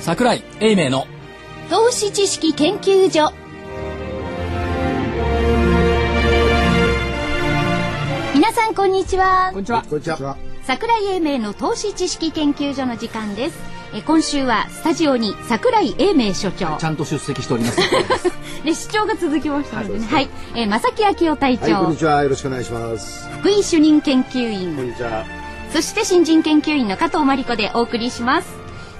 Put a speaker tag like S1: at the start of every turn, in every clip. S1: 桜井英明の
S2: 投資知識研究所皆さんこんにちは
S1: こんにちは
S3: こんにちは。
S2: 桜井英明の投資知識研究所の時間ですえ今週はスタジオに桜井英明所長
S1: ちゃんと出席しております
S2: で主張が続きましたのでねはい、え正木昭夫隊
S3: はい、こん
S2: 長
S3: にちは。よろしくお願いします。
S2: 福井主任研究員
S3: にちは。
S2: そして新人研究員の加藤真理子でお送りします。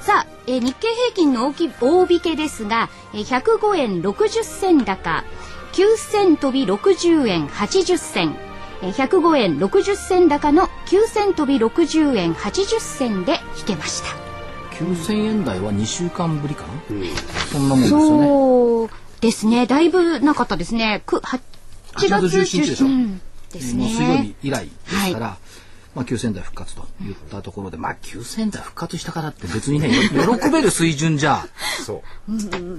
S2: さあ、えー日経平均の大き大引けですが、えー105円60銭高、9銭飛び60円80銭、えー105円60銭高の9銭飛び60円80銭で引けました。
S1: 9000円台は2週間ぶりかな、そんなもんですよね
S2: そうですね、だいぶなかったですね。く8月
S1: 8月17日でしょ
S2: うんですね。
S1: もう水曜日以来ですから、
S2: は
S1: まあ、9000台復活といったところで、まあ、9000台復活したからって別にね、喜べる水準じゃ
S3: そ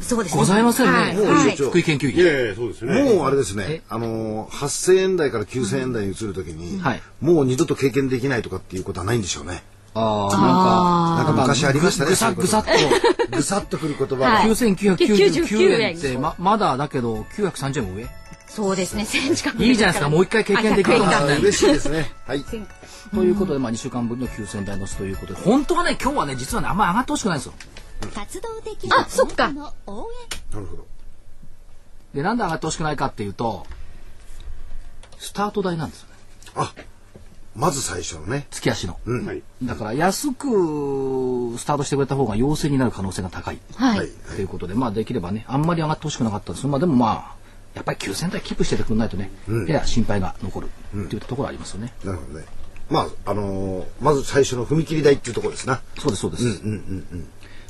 S2: そうですね。
S1: ございませんね。
S2: はい
S1: もう
S2: はい
S1: 福井研究
S4: いや
S1: 員。
S4: いやいやそうです
S3: う。
S4: ね。
S3: もうあれです
S1: え
S3: ね。あのー、8000円台から9000円台に移るときに、
S1: はい
S3: もう二度と経験できないとかっていうことはないんでしょうね。
S1: ああ、
S3: なんか昔ありましたね。
S1: ぐさぐさっと。
S3: と。ぐさっとくる言葉が。
S2: はい
S1: 9999円ってままだだけど930円も上
S2: そうですね、1000近く
S1: いいじゃないですかもう一回経験できるか
S2: あ100
S1: ら
S3: あー嬉しいですね。はい。
S1: ということで、まあ、2週間分の9000台乗せということで本当はね今日はね実はねあんまり上がってほしくないんですよ
S5: 活動的
S2: あそっか
S5: あなたの応援
S3: なるほど。
S1: でなんで上がってほしくないかっていうとスタート台なんですよね
S3: あ、まず最初のね。
S1: 月足の、
S3: うん。
S4: はい。
S1: だから安くスタートしてくれた方が陽性になる可能性が高い
S2: はい。
S1: ということで、まあ、できればねあんまり上がってほしくなかったんですけどまあ、でもまあやっぱり9000台キープしててくれないとね、やや心配が残るっていうところはありますよね、
S3: なるほどね。まあ、あのー、まず最初の踏切台っていうところですな。
S1: そうですそうです、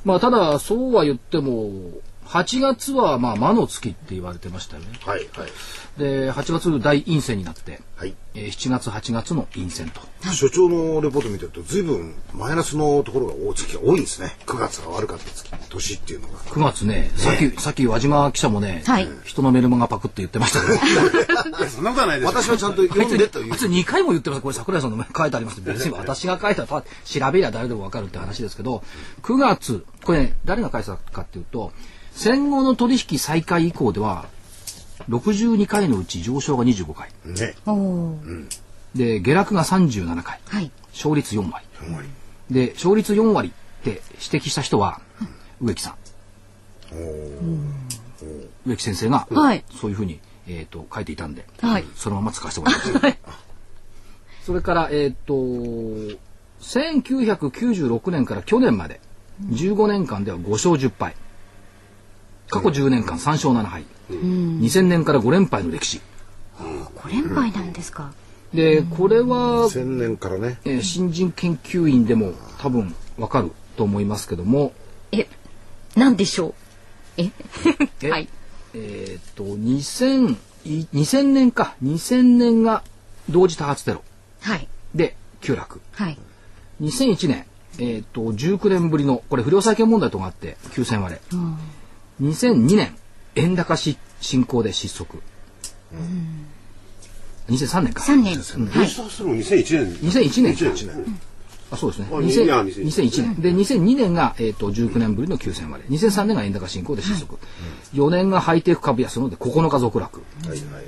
S1: まあただそうは言っても8月はまあ魔の月って言われてましたよね
S3: はい、はい。
S1: で8月大陰線になって、
S3: はい。
S1: えー7月8月の陰線と
S3: 所長のレポート見てると随分マイナスのところが大月が多いんですね9月が悪かった月年っていうのが
S1: 9月ねさっきさっき和島記者もね、
S2: はい
S1: 人のメルマガパクって言ってましたけど
S4: いや、そんなことはないです。
S3: 私はちゃんと
S1: あ
S3: 読
S1: いつ
S3: んでという
S1: あいつ2回も言ってますこれ桜井さんの前に書いてあります別に私が書いたら調べりゃ誰でも分かるって話ですけど9月これ、ね、誰が書いてたかっていうと戦後の取引再開以降では62回のうち上昇が25回
S3: ね
S2: おおー。
S1: で下落が37回
S2: はい。
S1: 勝率4割
S3: あんまり
S1: で勝率4割って指摘した人は植木さん植木先生が
S2: はい
S1: そういうふうに、えー、と書いていたんで、
S2: はい
S1: そのまま使わせてもらいます それからえっ、と1996年から去年まで15年間では5勝10敗過去10年間3勝7敗、2000年から5連敗の歴史
S2: 5連敗なんですか。
S1: でこれは
S3: 千年からね
S1: えー新人研究員でも多分わかると思いますけども、
S2: え、なんでしょう。え、
S1: え
S2: はい。
S1: えーっと2000い2000年か2000年が同時多発テロ
S2: はい。
S1: で急落
S2: はい。
S1: 2001年、えーっと19年ぶりのこれ不良債権問題とかあって9000割れ、2002年円高し進行で失速、2003年か
S2: 三年。はい。
S4: そうするの2001年。
S1: 2001年か
S4: 2001年。
S1: あそうですね。
S4: あにいや
S1: 2000
S4: 2001
S1: 2001年。で、2002年が、えっ、と、19年ぶりの9000割れ。2003年が円高進行で失速。4年がハイテク株安ので9日続落。
S3: はいはいはい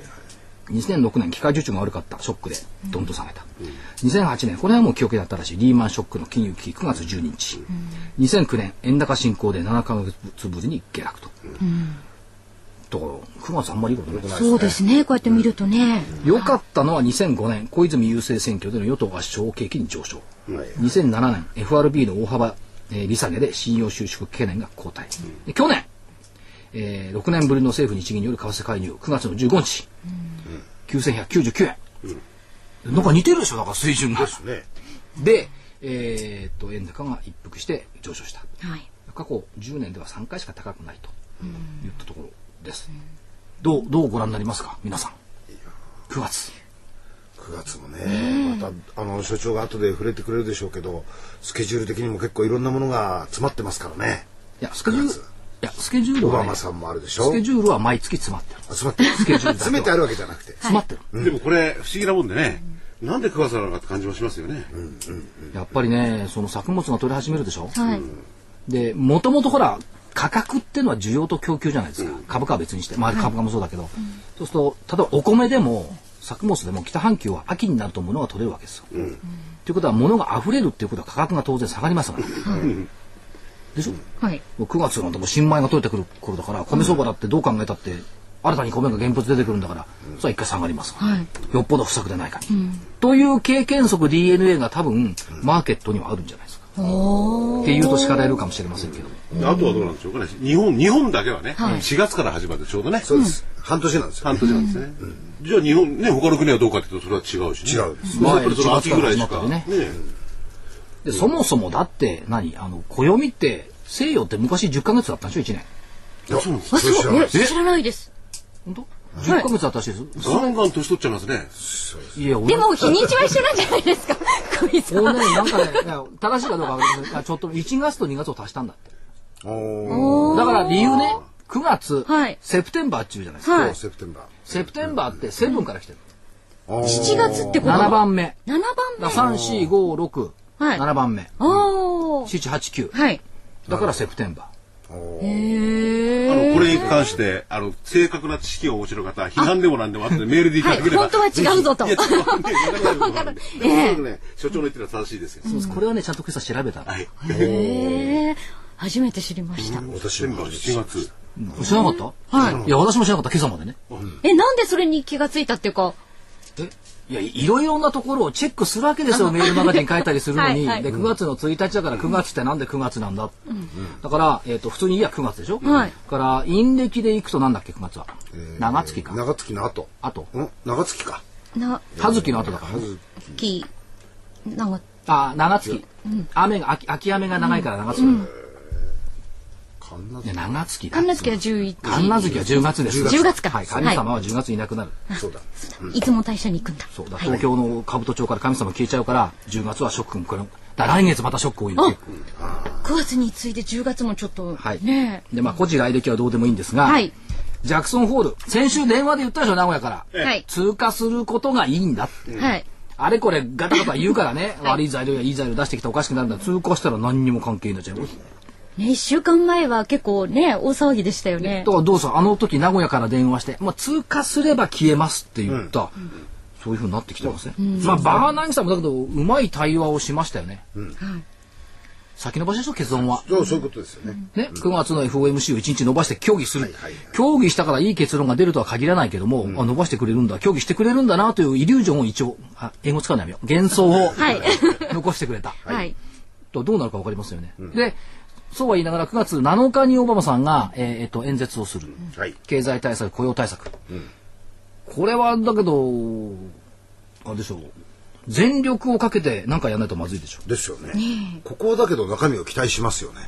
S1: 2006年、機械受注が悪かった、ショックで、どんと下げた。2008年、これはもう記憶だったらしい、リーマンショックの金融危機9月12日。2009年、円高進行で7ヶ月ぶりに下落と。だから、9月あんまりいいことなくないです
S2: そうですね。こうやって見るとね。
S1: 良かったのは2005年、小泉郵政選挙での与党圧勝を契機に上昇。
S3: はい
S1: 2007年 FRB の大幅、えー利下げで信用収縮懸念が後退、で去年、え6年ぶりの政府日銀による為替介入9月の15日、9199円、なんか似てるでしょだから水準が
S3: ね
S1: で、えーっと円高が一服して上昇した
S2: はい。
S1: 過去10年では3回しか高くないと言ったところです、どうどうご覧になりますか皆さん9月
S3: 9月もねまたあの所長が後で触れてくれるでしょうけどスケジュール的にも結構いろんなものが詰まってますからね
S1: いやスケジュール
S3: 九
S1: い
S3: 月
S1: やスケジュール
S3: オ
S1: は
S3: バ
S1: ね、
S3: マ
S1: ス
S3: さんもあるでしょ
S1: ケ
S3: 詰
S1: ジュールは毎月詰まってる
S3: まってる
S1: ケジュールだけは
S3: 詰めてあるわけじゃなくて
S1: 詰まってる、
S4: でもこれ、不思議なもんでね、なんで食わさなのかって感じもしますよね。
S1: やっぱりね、その作物が取れ始めるでしょ、
S2: はい。
S1: で、もともとほら、価格っていうのは需要と供給じゃないですか。株価は別にして、まあ株価もそうだけど、そうすると、例えばお米でも、作物でも北半球は秋になると物が取れるわけですよ。ということは物が溢れるっていうことは価格が当然下がりますから。でしょ、
S2: はい。
S1: もう9月なんてもう新米が取れてくる頃だから米相場だってどう考えたって新たに米が現物出てくるんだからそれは一回下がります、
S2: はい
S1: よっぽど不作でないかに、という経験則 DNA が多分マーケットにはあるんじゃないですか、っていうと叱られるかもしれませんけど、
S4: あとはどうなんでしょうかね。日本、日本だけはね、
S2: はい
S4: 4月から始まるちょうどね。
S3: そうです。半年なんですよ。
S4: 半年なんですね。じゃあ日本、ね、他の国はどうかっていうと、それは違うしね。
S3: 違うです
S4: やっぱりその秋ぐらいし
S1: ま
S4: か。
S1: あ一月から始ま
S4: ね
S1: った。でそもそもだって何あの暦って西洋って昔10ヶ月だったんでしょ1年
S4: いやそうなんです
S2: あ、
S4: よ。
S2: す
S3: 知ら
S2: ごい。
S3: ない
S2: え知らないです。
S1: 本当10ヶ月だったらしいです、
S4: ガンガン年取っちゃいますね。
S1: い、や俺
S2: でも、日にちは一緒なんじゃないですか。小井さ
S1: 俺
S2: ん。
S1: ねなんかねいや正しいかどうかわかんないいやちょっと1月と2月を足したんだって
S3: おー
S1: だから理由ね、9月、
S2: はい
S1: セプテンバー中じゃないですか。
S2: はい。
S3: セプテンバー。
S1: セプテンバーってセブンから来てる。
S3: おー
S2: 7月ってこと
S1: 7。番目。
S2: 7番
S1: だ
S2: 目。
S1: から3、4、5、6、
S2: はい
S1: 7番目。
S2: おー。
S1: 7、8、9。
S2: はい。
S1: だからセプテンバ
S3: お
S2: へ
S3: ー
S4: あ
S2: ー。
S4: の、これに関して、あの、正確な知識をお持ちの方、批判でもなんでもあってメールでいただければ。
S2: はい本当は違うぞと
S4: いや、ちょっとね、わかんない
S2: ええ
S4: とにかくね、所長の言ってるのは正しいですよ。
S1: ー。これはね、ちゃんと今朝調べたの。
S4: はい。
S2: へー。初めて知りました。
S3: 私
S4: 全部
S3: も
S4: 7月。
S1: うん知らなかった
S2: はい
S1: や、私も知らなかった、今朝までね。
S2: え、なんでそれに気がついたっていうか。
S1: えいや、いろいろなところをチェックするわけ ですよ、メールマガジン書いたりするのに。
S2: はいはい
S1: で、9月の1日だから9月ってなんで9月なんだ。だから、えっと、普通にいいや9月でしょ
S2: はい
S1: だから、陰暦でいくとなんだっけ、9月は。長月か。
S3: 長月の後。
S1: あと、
S3: ん長月か。
S2: な、
S1: 葉月の後だからね。
S2: き、なんか、
S1: あ、長月。雨が、秋秋雨が長いから長月。
S3: 神
S1: いや
S3: 奈
S1: 長月だ。
S2: 神奈月は11。
S1: 神奈月は10月です。
S2: 10月か
S1: はい。神様は10月いなくなる。
S3: 月。そうだ。
S2: いつも大社に行くんだ。
S1: そうだ。東京の兜町から神様消えちゃうから、10月はショックも来る。だから来月またショック多いの結構
S2: 9月に次いで10月もちょっと、
S1: はい。
S2: ね
S1: で、まあ、古事来歴はどうでもいいんですが、
S2: はい
S1: ジャクソンホール、先週電話で言ったでしょ、名古屋から。
S2: え。はい。
S1: 通過することがいいんだって。
S2: はい。
S1: あれこれガタガタ言うからね、 悪い材料やいい材料出してきておかしくなるんだ。通過したら何にも関係ないじゃん。
S2: ね、一週間前は結構ね、大騒ぎでしたよね
S1: だ。からどうぞあの時名古屋から電話して、まあ、通過すれば消えますって言った、そういうふうになってきてますね、まあバーナンキさんもだけどうまい対話をしましたよね、先延ばしでしょ結論は、
S3: そうそういうことですよね。
S1: ね、9月の FOMC を1日延ばして協議する、協議したからいい結論が出るとは限らないけども、あ伸ばしてくれるんだ協議してくれるんだなというイリュージョンを一応あ英語使うのやめよう幻想を
S2: はい。
S1: 残してくれた、
S2: はい。
S1: とどうなるか分かりますよね。でそうは言いながら9月7日にオバマさんが、えーえっと演説をする、
S3: はい
S1: 経済対策雇用対策、これはだけどあれでしょう全力をかけて何かやらないとまずいでしょ
S3: ですよね。ここはだけど中身を期待しますよね。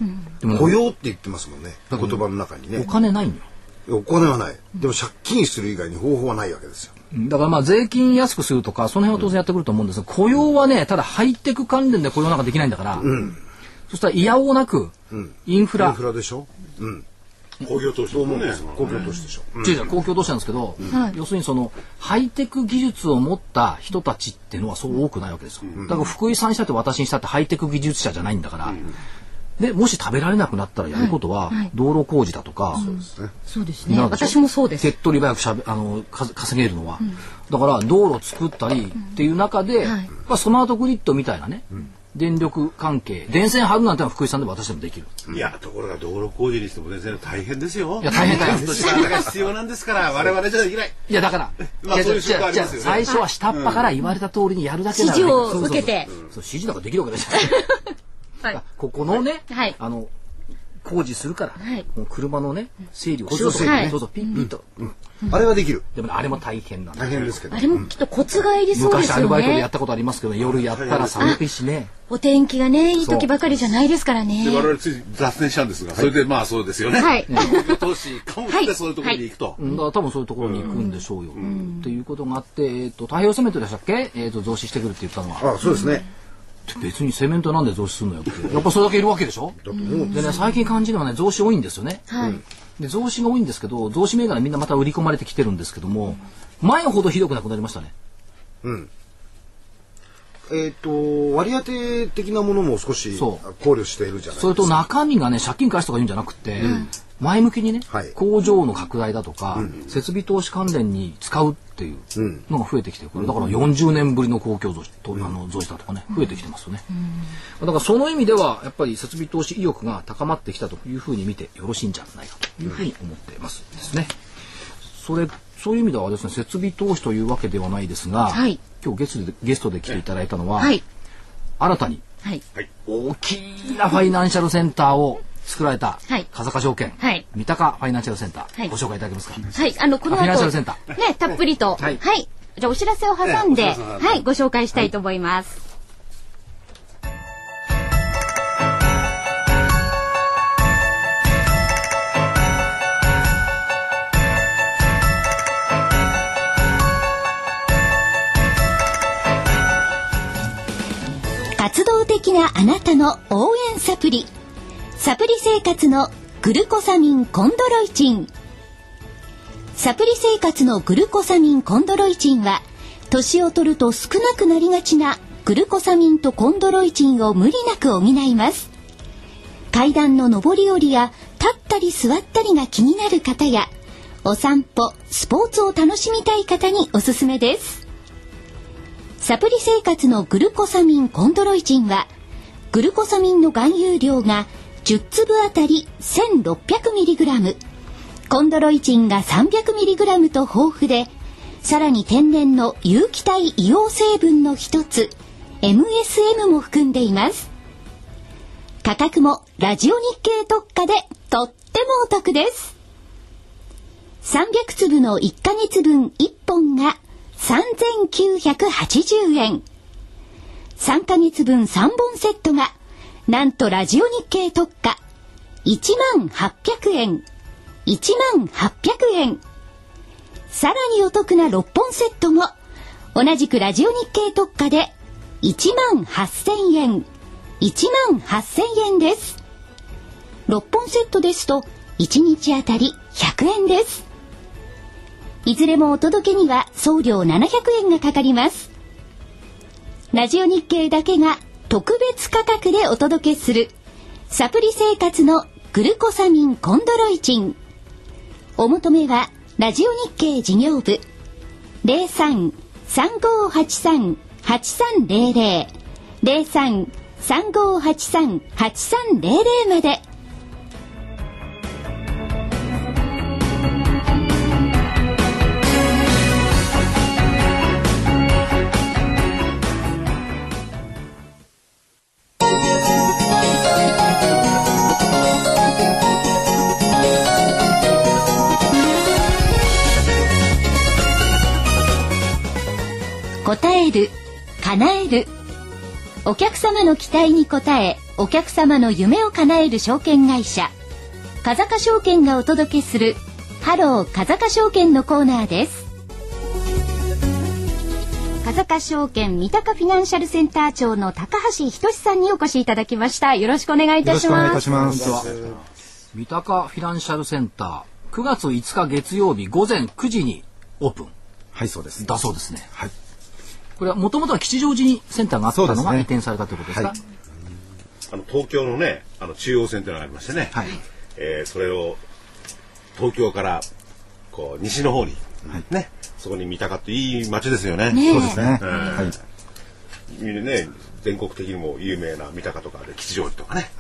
S1: も
S3: 雇用って言ってますもんね。言葉の中に
S1: お
S3: ね。
S1: 金ないんよ
S3: お金はない。でも借金する以外に方法はないわけですよ。
S1: だからまあ税金安くするとかその辺は当然やってくると思うんですが雇用はねただハイテク関連で雇用なんかできないんだから、そしたらいやおうなくインフ
S3: イ
S1: ラ、
S3: ンフラでしょうん。
S4: 工業投資
S3: そう思
S4: も
S3: うん
S4: ね
S3: です。よ。公共投資でしょ。うん
S1: 違う違う公共投資なんですけど、
S2: はい
S1: 要するにそのハイテク技術を持った人たちっていうのはそう多くないわけですよ、だから福井さんにしたって私にしたってハイテク技術者じゃないんだから、でもし食べられなくなったらやることは
S2: はい
S1: 道路工事だとか、
S2: そうです
S1: な
S2: ね。
S1: んでしょ
S2: 私もそうです
S1: 手っ。取り早くしゃべあのか稼げるのは、だから道路作ったりっていう中で、
S2: は
S1: ま
S2: い
S1: あ、スマートグリッドみたいなね、電力関係電線張るなんてのは福井さんでも私でもできる
S4: いや、ところが道路工事にしても全然大変ですよ。
S1: いや大変大変
S4: ちゃんとしたあれが必要なんですから、我々じゃできない。
S1: いやだから、
S4: まあ
S1: いや
S4: そういう
S1: じゃ
S4: 習慣あ
S1: じ
S4: り
S1: ゃ
S4: ますよね
S1: じゃ最初は下っ端から言われた通りにやるだけなら
S2: 指示を受けて
S1: そうそうそうそう指示なんかできるわけないじゃない
S2: はい。
S1: ここのね、
S2: はい
S1: あの工事するから、
S2: はい
S1: もう車のね整理をしようと
S3: 工
S2: 事の整理ね
S1: そうそうピッピッと、
S3: あれはできる。
S1: でもねあれも大変なんだ
S3: 大変ですけど
S2: あ。れもきっとコツがいりそうで
S1: 昔ア
S2: す
S1: ル
S2: よ
S1: バイトでやっ
S2: ね。
S1: たことありますけど、夜やったら寒いしね
S2: お天気がね、いい時ばかりじゃないですからね
S4: で。我々つい雑念したんですが、それでまあそうですよね。
S2: はい
S4: 工業投資かもっ
S2: はい
S4: てそういうところに行くと。
S1: うんだから多分そういうところに行くんでしょうよ、っていうことがあって、えー、と太平洋セメントでしたっけ、えー、と増資してくるって言ったのは
S3: あ、そうですね。
S1: 別にセメントなんで増資するのよって やっぱそれだけいるわけでしょ
S3: だと思う。
S1: でね最近感じるのはね増資多いんですよね、
S2: はい。
S1: で増資が多いんですけど増資銘柄みんなまた売り込まれてきてるんですけども前ほどひどくなくなりましたね
S3: うん。えっ、と、割り当て的なものも少し考
S1: そ
S3: 慮しているじゃないですか。
S1: それと中身がね借金返すとか言うんじゃなくて、前向きにね、
S3: はい
S1: 工場の拡大だとか、設備投資関連に使うっていうのが増えてきてるこれだから40年ぶりの公共増資と、あの増資だとかね増えてきてますよね、だからその意味ではやっぱり設備投資意欲が高まってきたというふうに見てよろしいんじゃないかというふうに思っていますですね。それそういう意味ではですね設備投資というわけではないですが、
S6: はい
S1: 今日ゲストでゲストで来ていただいたのは、
S6: はい。
S1: 新たに
S6: はい。
S1: 大きなファイナンシャルセンターを作られた、
S6: はい
S1: 風賀証券、
S6: はい
S1: 三鷹ファイナンシャルセンター、
S6: はい
S1: ご紹介いただけますか。
S6: はい。あの、この
S1: あフィナンシ
S6: 後、
S1: ャルセンタ
S6: ね、たっぷりと。
S1: はい
S6: はい。じゃあ、お知らせを挟ん
S4: ええ
S6: で、
S4: お知らせを挟んで
S6: はい、ご紹介したいと思います。
S2: 活動的なあなたの応援サプリサプリ生活のグルコサミンコンドロイチンサプリ生活のグルコサミンコンドロイチンは年を取ると少なくなりがちなグルコサミンとコンドロイチンを無理なく補います階段の上り下りや立ったり座ったりが気になる方やお散歩スポーツを楽しみたい方におすすめですサプリ生活のグルコサミンコンドロイチンはグルコサミンの含有量が10粒あたり 1600mg コンドロイチンが 300mg と豊富でさらに天然の有機体硫黄成分の一つ MSM も含んでいます価格もラジオ日経特価でとってもお得です300粒の1ヶ月分1本が3980円。3ヶ月分3本セットが、なんとラジオ日経特価、1万800円。1万800円。さらにお得な6本セットも、同じくラジオ日経特価で、1万8000円。1万8000円です。6本セットですと1日あたり100円ですいずれもお届けには送料700円がかかりますラジオ日経だけが特別価格でお届けするサプリ生活のグルコサミンコンドロイチンお求めはラジオ日経事業部03-3583-8300 03-3583-8300まで答える叶えるお客様の期待に応えお客様の夢を叶える証券会社風賀証券がお届けするハロー風賀証券のコーナーです風賀証券三鷹フィナンシャルセンター長の高橋仁さんにお越しいただきましたよろしくお願いいたします
S7: ます
S1: 三鷹フィナンシャルセンター、9月5日月曜日午前9時にオープン
S7: はい、そうです。
S1: だそうですね。
S7: はい。
S1: これはもともとは吉祥寺にセンターがあった
S7: そう
S1: の
S7: です
S1: が
S7: ね
S1: 移転されたということですか
S7: はい。
S4: あの東京のねあの中央線というのがありましてね、
S1: はい
S4: えーそれを東京からこう西の方に、ねそこに三鷹っていい街ですよね。
S7: そうですね。
S4: え
S7: はい。
S4: ね全国的にも有名な三鷹とかで吉祥寺とかね、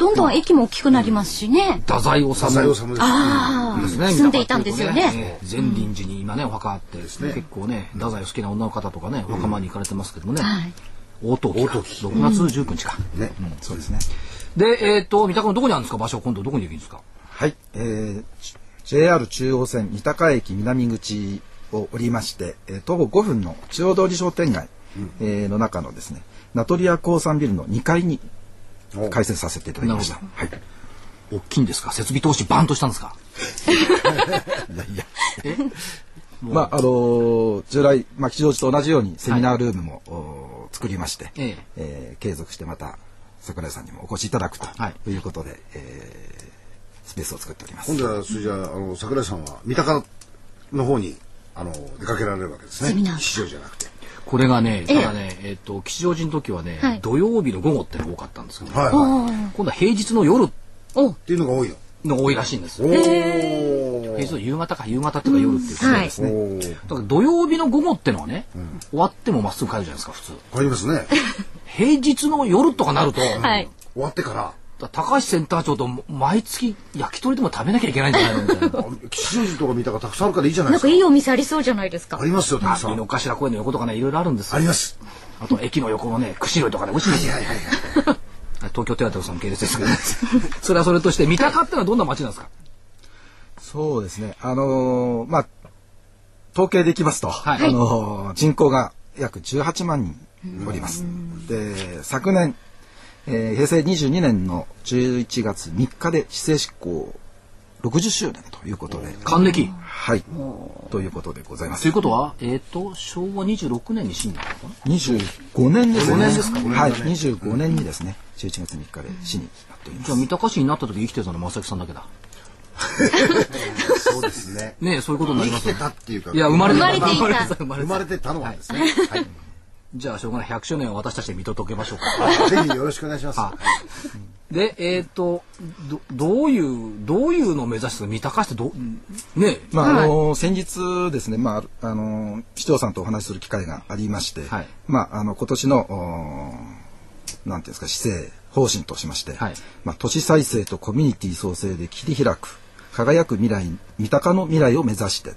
S6: どんどん駅も大きくなりますしね、
S1: 太宰治
S3: 浅井治ですね。
S6: ああ
S1: ですね
S6: 住んでいたんですよね。
S1: ええ善林寺に今ねお墓あって、結構ね太宰好きな女の方とかねお墓参り行かれてますけどもね、大陶器か6月19日か、
S7: ね、そうですね。
S1: でえっ、と三鷹のどこにあるんですか場所今度どこにできるんですか
S7: はい。えー、ち JR 中央線三鷹駅南口を降りまして、えー徒歩5分の中央通り商店街、えーの中のですね、ナトリア鉱産ビルの2階に開設させていただきました
S1: なる。
S7: はい。
S1: 大きいんですか設備投資バンとしたんですか
S7: まあ、あのー従来、まあ、吉祥寺と同じようにセミナールームも、おー作りまして、
S1: ええ
S7: えー継続してまた桜井さんにもお越しいただくと
S1: はい
S7: いうことで、えースペースを作っております。
S3: 今度はそれじゃああの桜井さんは三鷹の方にあの出かけられるわけですね。
S6: セミナー
S3: 市場じゃなくて。
S1: これがね、ただね、えっと、吉祥寺の時はね、
S2: はい
S1: 土曜日の午後ってのが多かったんですけど、
S3: はいはい。っ
S1: 今度は平日の夜
S2: お
S3: ていうのが多いの。
S1: のが多いらしいんです
S3: お
S1: よ。
S3: ー
S1: 平日の夕方か、夕方っていうか夜っていうかね、
S2: はい。
S3: おー。
S1: だから土曜日の午後ってのはね、終わってもまっすぐ帰るじゃないですか、普通。
S3: わかりますね。
S1: 平日の夜とかなると、
S2: はい。
S3: 終わってから。
S1: だから高橋センター長と毎月焼き鳥でも食べなきゃいけないんじゃないのみたいな。
S3: あ吉祥寺とか見たがたくさんあるからいいじゃない
S2: な
S3: で
S2: ん
S3: す
S2: か
S3: か。
S2: いいお店ありそうじゃないですか
S3: あ。りますよ、たくさ
S1: 井の
S3: ん。
S1: 頭公園の横とかね、いろいろあるんですよ
S3: あります。
S1: あと駅の横のね、釧路とかね、美味しいですよ。
S3: はいはいはい。
S1: 東京テアトルさん系列ですけど、 ね、それはそれとして、三鷹ってのはどんな街なんですか
S7: そうですね。あのーまあ、統計でいきますと、
S1: はい
S7: あのー人口が約18万人おります。で、昨年、えー平成22年の11月3日で市政執行60周年ということで、
S1: 還暦。
S7: はい、ということでございま
S1: とい
S7: す
S1: う。ことは、えっ、と、昭和26年に死んだのかな
S7: 25年です
S1: 25
S7: ね。
S1: 年ですか
S7: はい、25年にですね、11月3日で死になっております
S1: じゃあ、。三鷹市になった時生きてたのは正木さんだけだ。
S3: そうですね。
S1: ねえ、そういうことにな
S3: 生
S1: りま
S3: き
S1: すよ
S3: て
S1: ね。
S3: たっていうか。
S1: いや、生まれてた。
S2: 生まれていた
S1: 生まれ
S3: 生
S1: てた
S3: まれてたのはですね。はい。
S1: じゃあ、しょうがない。100周年を私たちで見届けましょうか。
S3: ぜひよろしくお願いします。
S1: あで、えっ、と、ど、どういう、どういうのを目指して、三鷹市ってど、ねえ、
S7: まああの先日ですね、まあ、あの市長さんとお話しする機会がありまして、
S1: はい
S7: まあ、あの今年のおなんていうんですか市政方針としまして、
S1: はい
S7: まあ、都市再生とコミュニティ創生で切り開く輝く未来三鷹の未来を目指して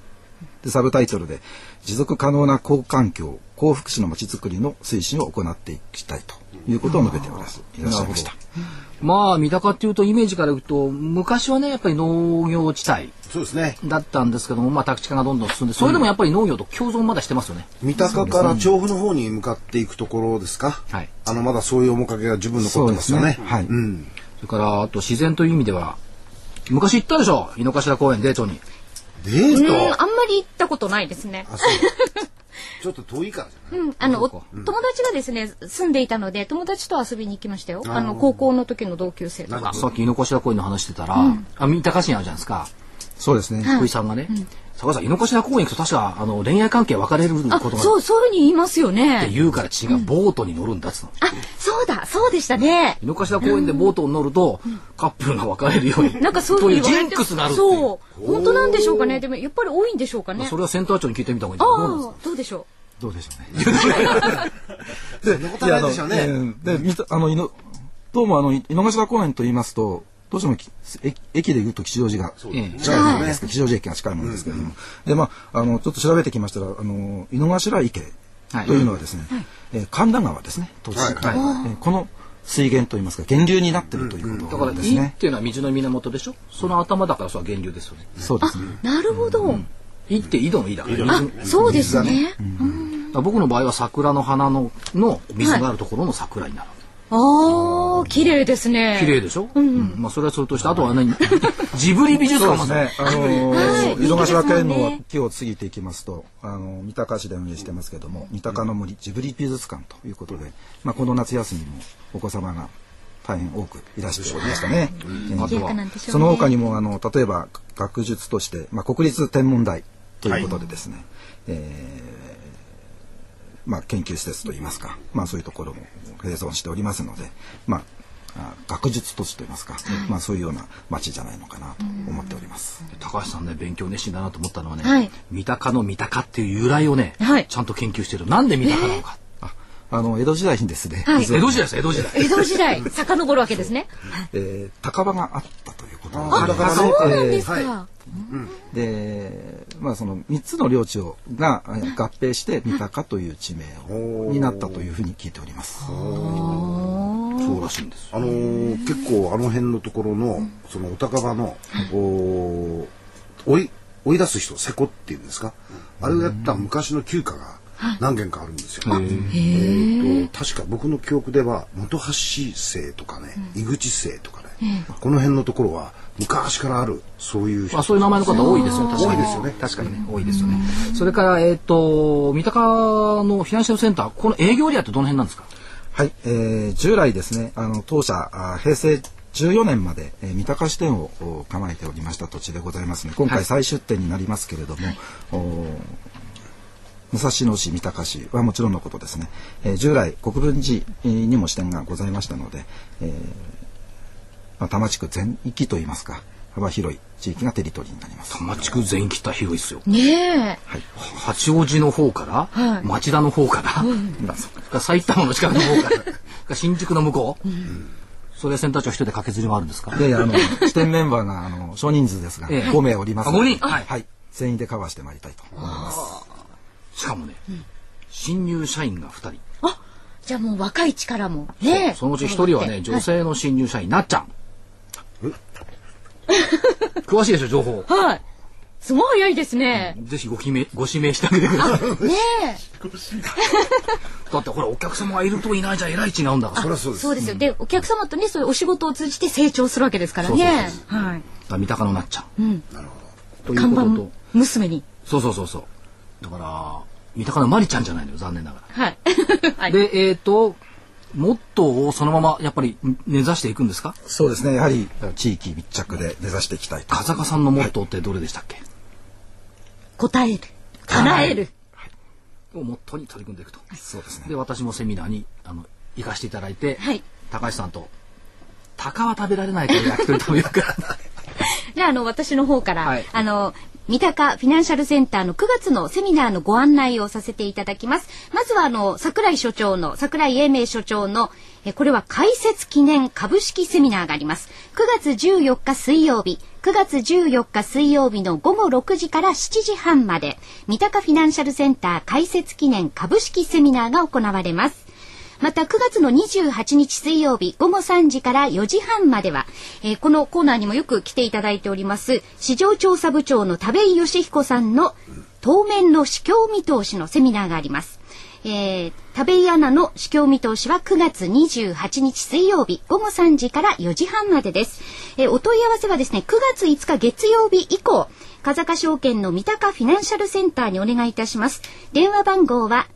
S7: でサブタイトルで「持続可能な好環境幸福市のまちづくりの推進を行っていきたい」ということを述べておらすいらっしゃいました。
S1: まあ、三鷹っていうと、イメージから言うと、昔はね、やっぱり農業地帯
S3: そうですね。
S1: だったんですけども、まあ、宅地化がどんどん進んで、それでもやっぱり農業と共存まだしてますよね。
S3: 三鷹から調布の方に向かっていくところですか。
S1: はい
S3: あのまだそういう面影が十分残ってますよね。
S7: そうですねはい
S3: うん。
S1: それから、あと自然という意味では、昔行ったでしょ井の頭公園デートに。
S3: デ
S2: う
S3: ー
S2: ん、あん
S3: ト。
S2: まり行ったことないですね。
S3: あ、そう。ちょっと遠いからじゃない。
S2: うん、あの、お友達がですね、住んでいたので、友達と遊びに行きましたよ。
S3: あー
S2: あの、高校の時の同級生と
S3: な
S2: か
S3: る。ほ
S1: さっき井の頭公園の話してたら、あ、三鷹市にあるじゃないですか。
S7: そうですね、
S1: 福井さんがね。坂井さん、井の頭公園行くと確か、あの、恋愛関係分かれることが
S2: あ、そう、そういうふうに言いますよ
S1: って
S2: ね。
S1: 言うから違う、ボートに乗るんだっつうの。
S2: あ、そうだ、そうでしたね。
S1: 井の頭公園でボートに乗ると、カップルが別れるように。
S2: なんかそう
S1: とい
S2: いう
S1: う
S2: ふう
S1: ジ
S2: に言わ
S1: ン
S2: れて
S1: クスがあるっていう。
S2: そう。本当なんでしょうかね。でも、やっぱり多いんでしょうかね。
S1: それはセンター長に聞いてみた方がいいん
S2: あ
S1: じゃないどうなんですか
S2: あ、どうでしょ
S1: どうでしょうね。
S3: そんなことはないでしょう
S7: いやあ
S3: ね。
S7: のうんでみたあのいのどうもあのい井の頭公園と言いますとどうしてもき駅駅でいうと吉祥寺が近いじゃないですか吉祥寺駅が近いものですけれども、でまああのちょっと調べてきましたらあの井の頭池というのはですね、えー神田川ですね当時、
S1: はい
S7: えーこの水源といいますか源流になってるという
S1: だ
S7: こ
S1: か
S7: と
S1: ら、
S7: です
S1: いっ
S7: ね、
S1: ていうのは水の源でしょその頭だから、それは源流ですよね。
S7: そうですね
S2: う。なるほど。
S1: いって井戸の井だから、
S2: あ
S1: 水、
S2: そうですね。
S1: 僕の場合は桜の花のの水があるところの桜になる、
S2: ああ、綺麗ですね。
S1: 綺麗でしょ、うんまあ、それはそれとしてあとは何ジブリ美術
S7: そう
S1: 館
S7: で
S1: も
S7: すね。あの
S2: はい
S7: ー、井の頭公園の
S2: 人気ですもんね
S7: 脇を過ぎていきますと、あのー、三鷹市で運営してますけども、三鷹の森ジブリ美術館ということで、まあ、この夏休みもお子様が大変多くいらしておりましたね。うんあと
S2: 賑やかな
S7: は
S2: んでしょうね
S7: その他にも、あの、例えば学術として、まあ、国立天文台ということでですね、えーまあ、研究施設といいますか、まあ、そういうところも併存しておりますので、まあ、あ学術都市といいますか、まあ、そういうような街じゃないのかなと思っております。
S1: 高橋さんね勉強熱心だなと思ったのはね、
S2: はい
S1: 三鷹の三鷹っていう由来をね、
S2: はい
S1: ちゃんと研究してるなんで三鷹なのか、
S7: ああの江戸時代にですね、
S2: はい
S7: 実は
S1: 江戸時代です江戸時代
S2: 江戸 時代、遡るわけですね。
S7: えー高場があったということ
S3: あ
S7: なんですね
S3: そう
S2: そうなんです
S3: はい
S2: か。
S7: で、まあ、その3つの領地をがえー合併して三鷹という地名をになったというふうに聞いております。
S1: そうらしいんです
S3: あのー結構あの辺のところのそのお高場のおー追い追い出す人セコっていうんですか。あれをやった昔の旧家が何軒かあるんですよ。えーと確か僕の記憶では本橋姓とかね、井口姓とかね、この辺のところは昔からあるそういう人
S1: あそういう名前の方多いですよね確かに
S3: 多いですよね
S1: 確かにね多いですよねそれからえっ、と三鷹のフィナンシャルセンターこの営業エリアってどの辺なんですか
S7: はい、えー従来ですね、あの当社あ平成14年まで、えー三鷹支店をお構えておりました土地でございますね。今
S1: は
S7: 回
S1: い
S7: 再出店になりますけれども、お武蔵野市三鷹市はもちろんのことですね、えー従来国分寺えーにも支店がございましたので、えーまあ、多摩地区全域といいますか幅広い地域がテリトリーになります。
S1: 多摩地区全域って広いですよ。
S2: ねえ。
S1: 八王子の方から、
S2: はい
S1: 町田の方から、
S7: まあそう
S1: が埼玉の近くの方から が新宿の向こう、それはセンター長一人で駆けずりもあるんですか
S7: いやいや、あの、支店メンバーが、あの、少人数ですが、
S1: ええ
S7: 5名おりますので。
S1: あ5人は
S7: はいい。全員でカバーしてまいりたいと思います。
S1: しかもね、新入社員が2人
S2: じゃあもう若い力も。ねえ。
S1: そのうち1人はね女性の新入社員なっちゃん詳しいでしょ情報
S2: はい。すごい早いですね。
S1: ぜひご指名ご指名してあげてください
S2: ね
S1: だってほらお客様がいるといないじゃえらい違うんだからそれ
S2: え。
S3: そりゃそうです
S2: そうですよ。で、お客様とね、そういうお仕事を通じて成長するわけですからね。はい。
S1: は三鷹のなっちゃん、とい
S2: 看
S1: うこ
S2: 板
S1: とと
S2: 娘に。
S1: そうそうそうそうだから三鷹のまりちゃんじゃないのよ残念ながら
S2: はい。 はい。
S1: で、えっ、と、モットーをそのままやっぱり根ざしていくんですか
S7: そうですね。やはり、地域密着で目指していきたいと。
S1: 風賀さんのモットーってどれでしたっけ、
S2: 答える。叶える。
S1: をモットーに取り組んでいくと。
S7: そうですね。
S1: で、私もセミナーにあの行かせていただいて、
S2: はい
S1: 高橋さんと、鷹は食べられないから焼き鳥食べようか。
S2: じゃあ、あの、私の方から、
S1: はい
S2: あの、三鷹フィナンシャルセンターの9月のセミナーのご案内をさせていただきます。まずは、あの、桜井所長の、桜井英明所長の、えこれは開設記念株式セミナーがあります。9月14日水曜日、9月14日水曜日の午後6時から7時半まで、三鷹フィナンシャルセンター開設記念株式セミナーが行われます。また9月の28日水曜日午後3時から4時半までは、えーこのコーナーにもよく来ていただいております市場調査部長の田部井義彦さんの当面の市況見通しのセミナーがあります。えー、田部井アナの市況見通しは9月28日水曜日午後3時から4時半までです。えーお問い合わせはですね、9月5日月曜日以降、風賀証券の三鷹フィナンシャルセンターにお願いいたします。電話番号は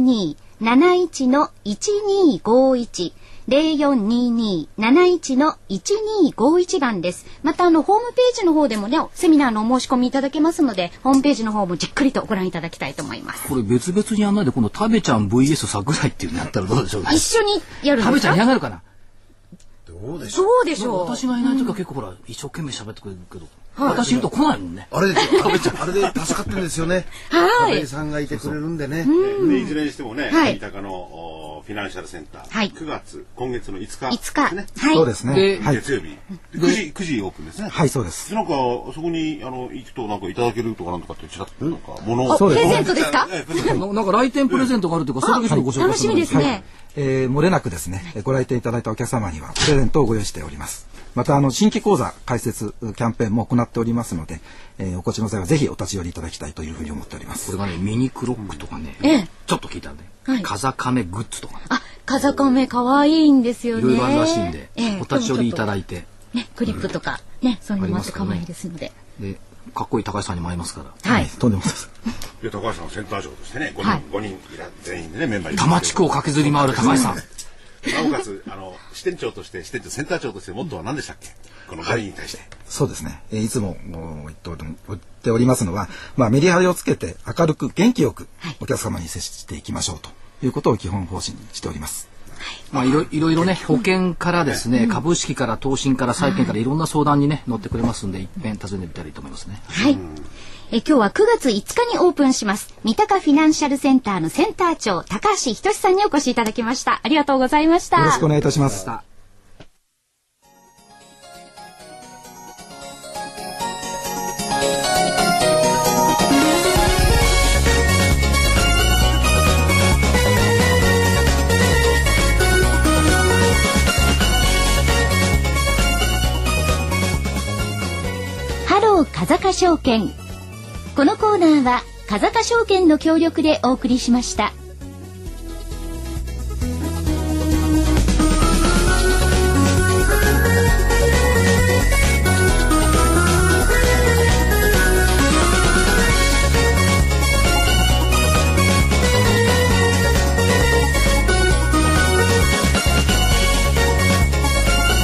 S2: 0422-71の1251 0422-71の1251番です。また、あの、ホームページの方でもね、セミナーのお申し込みいただけますので、ホームページの方もじっくりとご覧いただきたいと思います。
S1: これ別々にやんないで、今度食べちゃん VS 桜井っていうのやったらどうでしょうか
S2: 一緒にやるん
S1: 食
S2: で
S1: べ
S2: す
S1: ちゃん
S2: か
S1: 嫌がるかな
S3: どうでしょう
S2: そうでしょう。
S1: 私がいない時は結構ほら、一生懸命喋ってくれるけど、私いると来ないもんね。
S3: あれですよ、あれあれで助かってるんですよね。
S2: はい
S3: 亀井さんがいてくれるんでね。
S4: でいずれにしてもね、
S2: はい
S4: 三鷹のおフィナンシャルセンター、
S2: はい
S4: 9月今月の5日
S2: いつか。
S4: ね、
S2: はい。
S7: そうですね
S1: で。
S7: はい。
S4: 月曜日9時9時オープンですね。
S7: はい、そうです。
S4: なんかそこにあの行くとなんかいただけるとかなんとかってちらっとなんか物を
S2: あ
S7: そうです
S2: プレゼントですか
S4: ええプレゼント
S1: ななんか来店プレゼントがあるというか、それだけちょっとご紹介
S2: 楽しみですね。
S7: えー漏れなくですね、えーご来店いただいたお客様にはプレゼントをご用意しております。また、あの、新規講座開設キャンペーンも行っておりますので、えーお越しの際はぜひお立ち寄りいただきたいというふうに思っておりま
S1: こ
S7: す
S1: れ。がねミニクロックとかね、
S2: ええ
S1: ちょっと聞いたらね、
S2: はい
S1: 風亀グッズとかね
S2: あ、風亀可愛いんですよ
S1: い
S2: ね。
S1: ろいろあるらしいんで、
S2: ええ
S1: お立ち寄りいただいて
S2: ね、クリップとか、ね、そういうのもあっ
S1: あります
S2: て
S1: か
S2: 可
S1: らね
S2: 愛いですので。
S1: でかっこいい高橋さんにも会いますから
S2: はい。
S7: とんでもないです。
S4: で高橋さんのセンター長としてね5人,、
S2: はい
S4: 5人いら全員でねメンバーに
S1: 多摩地区を駆けずり回る高橋さん
S4: なおかつあの支店長として支店長センター長としてモットーは何でしたっけこの会議に対して、
S7: そうですね。えーいつもお言っておる言っておりますのは、まあ、メリハリをつけて明るく元気よくお客様に接していきましょうということを基本方針にしております。
S1: まあいろいろいろね保険からですね、株式から投資から債券からいろんな相談にね乗ってくれますんで一遍訪ねてみたらいいと思いますね
S2: はい。え今日は9月5日にオープンします三鷹フィナンシャルセンターのセンター長高橋仁さんにお越しいただきましたありがとうございました
S7: よろしくお願いいたします。
S1: さあ
S5: ハロー風賀証券。このコーナーは風賀証券の協力でお送りしました。
S1: 「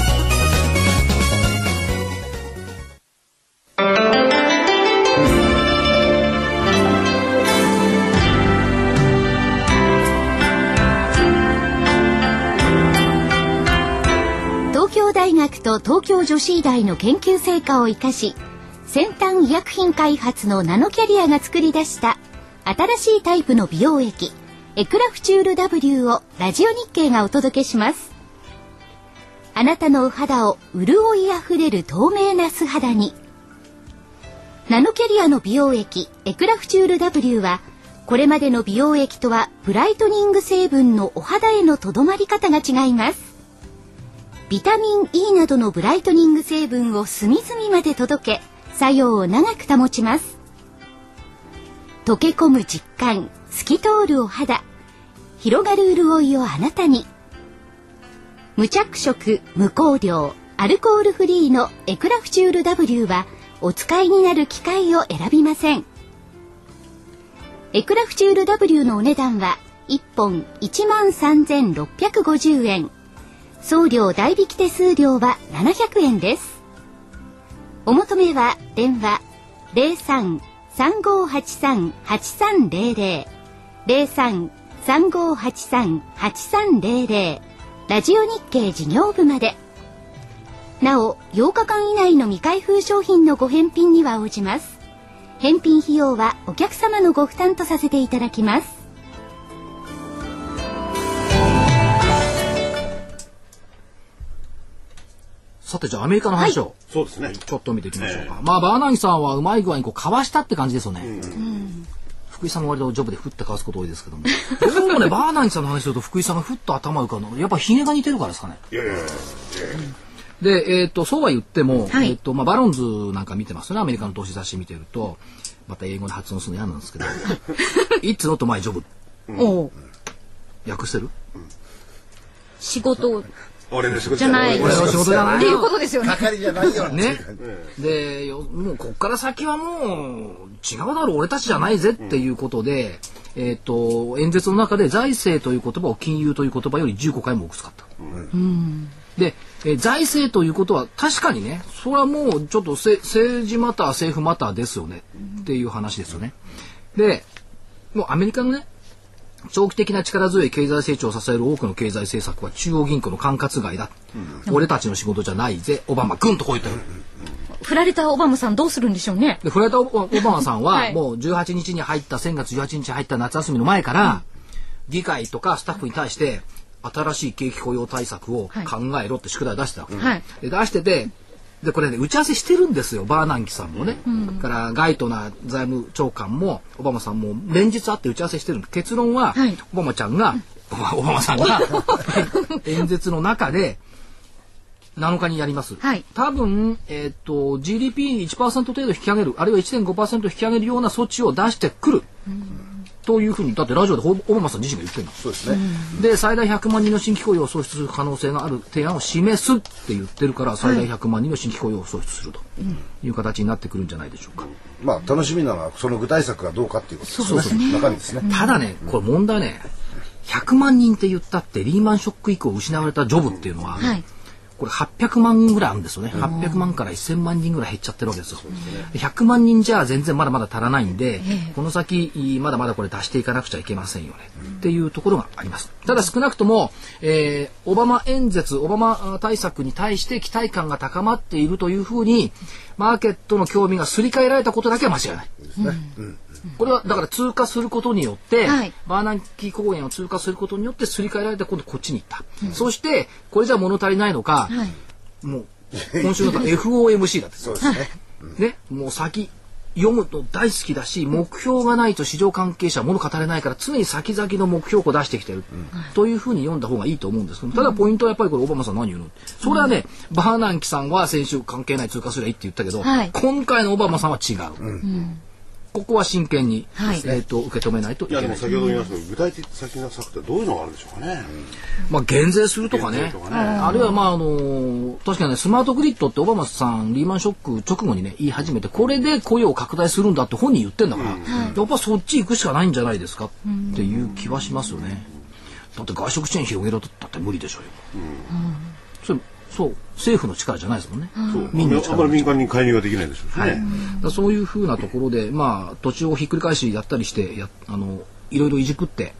S2: と東京女子医大の研究成果を生かし先端医薬品開発のナノキャリアが作り出した新しいタイプの美容液エクラフチュール W をラジオ日経がお届けしますあなたのお肌を潤いあふれる透明な素肌にナノキャリアの美容液エクラフチュール W はこれまでの美容液とはブライトニング成分のお肌へのとどまり方が違いますビタミン E などのブライトニング成分を隅々まで届け作用を長く保ちます溶け込む実感透き通るお肌広がる潤いをあなたに無着色無香料アルコールフリーのエクラフチュール W はお使いになる機会を選びませんエクラフチュール W のお値段は1本13,650円送料代引き手数料は700円ですお求めは電話03-3583-8300 03-3583-8300ラジオ日経事業部までなお8日間以内の未開封商品のご返品には応じます返品費用はお客様のご負担とさせていただきます
S1: さてじゃあアメリカの話を、
S4: そうですね。
S1: ちょっと見ていきましょうか。まあ、バーナギさんはうまい具合にこう、かわしたって感じですよね。福井さんの割とジョブでふっとかわすこと多いですけども。どうもね、バーナギさんの話すると福井さんがふっと頭浮かぶの。やっぱヒゲが似てるからですかね。
S4: いやいやいや
S1: で、えっ、と、そうは言っても、
S8: はい
S1: えっ、と、まあ、バロンズなんか見てますよね、アメリカの投資雑誌見てると、また英語で発音するの嫌なんですけ ど、It's not my job。
S8: おう
S1: 訳してる
S8: 仕事
S4: 俺の仕事
S8: じゃない
S1: 俺の仕事じゃな
S8: っ
S1: い
S8: ていう
S1: よ。
S8: ことですよね。
S3: 係じゃないよ。
S1: ね。で、よもうこっから先はもう違うだろう、俺たちじゃないぜっていうことで、えっ、と、演説の中で財政という言葉を金融という言葉より15回も多く使った。で、えー財政ということは確かにね、それはもうちょっとせ政治マター、政府マターですよねっていう話ですよね。で、もうアメリカのね、長期的な力強い経済成長を支える多くの経済政策は中央銀行の管轄外だ。俺たちの仕事じゃないぜ。オバマ、ぐんとこう言ったよ。
S8: 振られたオバマさんどうするんでしょうね。
S1: で、フライトオバオバマさん
S8: は
S1: は、
S8: い
S1: もう18日に入った、先月18日に入った夏休みの前から、議会とかスタッフに対して、新しい景気雇用対策を
S8: はい
S1: 考えろって宿題を出してたわけ。
S8: はい
S1: で出してて、で、これね、打ち合わせしてるんですよ、バーナンキさんもね。から、ガイトな財務長官も、オバマさんも、連日会って打ち合わせしてるの結論は、
S8: はい
S1: オバマちゃんが、オバオバマさん が、演説の中で、7日にやります。
S8: はい
S1: 多分、えっ、と、GDP1% 程度引き上げる、あるいは1.5%引き上げるような措置を出してくる。というふうに、だってラジオでホオバマさん自身が言ってるんだ。
S3: そうですね。
S1: で、最大100万人の新規雇用を創出する可能性がある提案を示すって言ってるから、最大100万人の新規雇用を創出するという形になってくるんじゃないでしょうか。
S3: まあ楽しみなのはその具体策がどうかっていうことです
S1: そう
S3: ね。
S1: ですね
S3: 中身ですね。
S1: ただね、これ問題ね、100万人って言ったって、リーマンショック以降失われたジョブっていうのは、
S8: はい
S1: これ800万ぐらいあるんですよね。800万から1000万人ぐらい減っちゃってるわけですよ。100万人じゃ全然まだまだ足らないんで、この先、まだまだこれ出していかなくちゃいけませんよね。っていうところがあります。ただ少なくとも、えーオバマ演説、オバマあ対策に対して期待感が高まっているというふうに、マーケットの興味がすり替えられたことだけは間違いない。これはだから通過することによって、
S8: はい
S1: バーナンキー公園を通過することによってすり替えられて今度こっちに行った、そしてこれじゃ物足りないのか、
S8: はい。
S1: もう今週の FOMC だって
S3: そうですね。
S1: ねもう先読むの大好きだし目標がないと市場関係者は物語れないから常に先々の目標をこう出してきてる、というふうに読んだ方がいいと思うんですけどただポイントはやっぱりこれオバマさん何言うのそれはね、バーナンキさんは先週関係ない通過すりゃいいって言ったけど、
S8: はい
S1: 今回のオバマさんは違う、ここは真剣に、
S8: はい
S1: えー、と受け止めないとい
S4: い
S1: けな
S4: や
S1: い
S4: でも先ほど言いましたけど具体的先の策ってどういうのがあるんでしょうかね。
S1: まあ、減税するとか
S4: 減
S1: ね
S4: 税とかね
S1: あるいは、まああのー確かに、ね、スマートグリッドってオバマさんリーマンショック直後に、ね、言い始めてこれで雇用を拡大するんだって本人言ってんだから、やっぱそっち行くしかないんじゃないですかっていう気はしますよね。だって外食チェーン広げろだって無理でしょうよ。それそう政府の力じゃないですもんね。
S4: そう。
S1: 民の力
S4: あんまり民間に介入ができないでしょうしね。
S1: だからそういうふうなところで、まあ、土地をひっくり返しやったりしてやあのいろいろいじくって、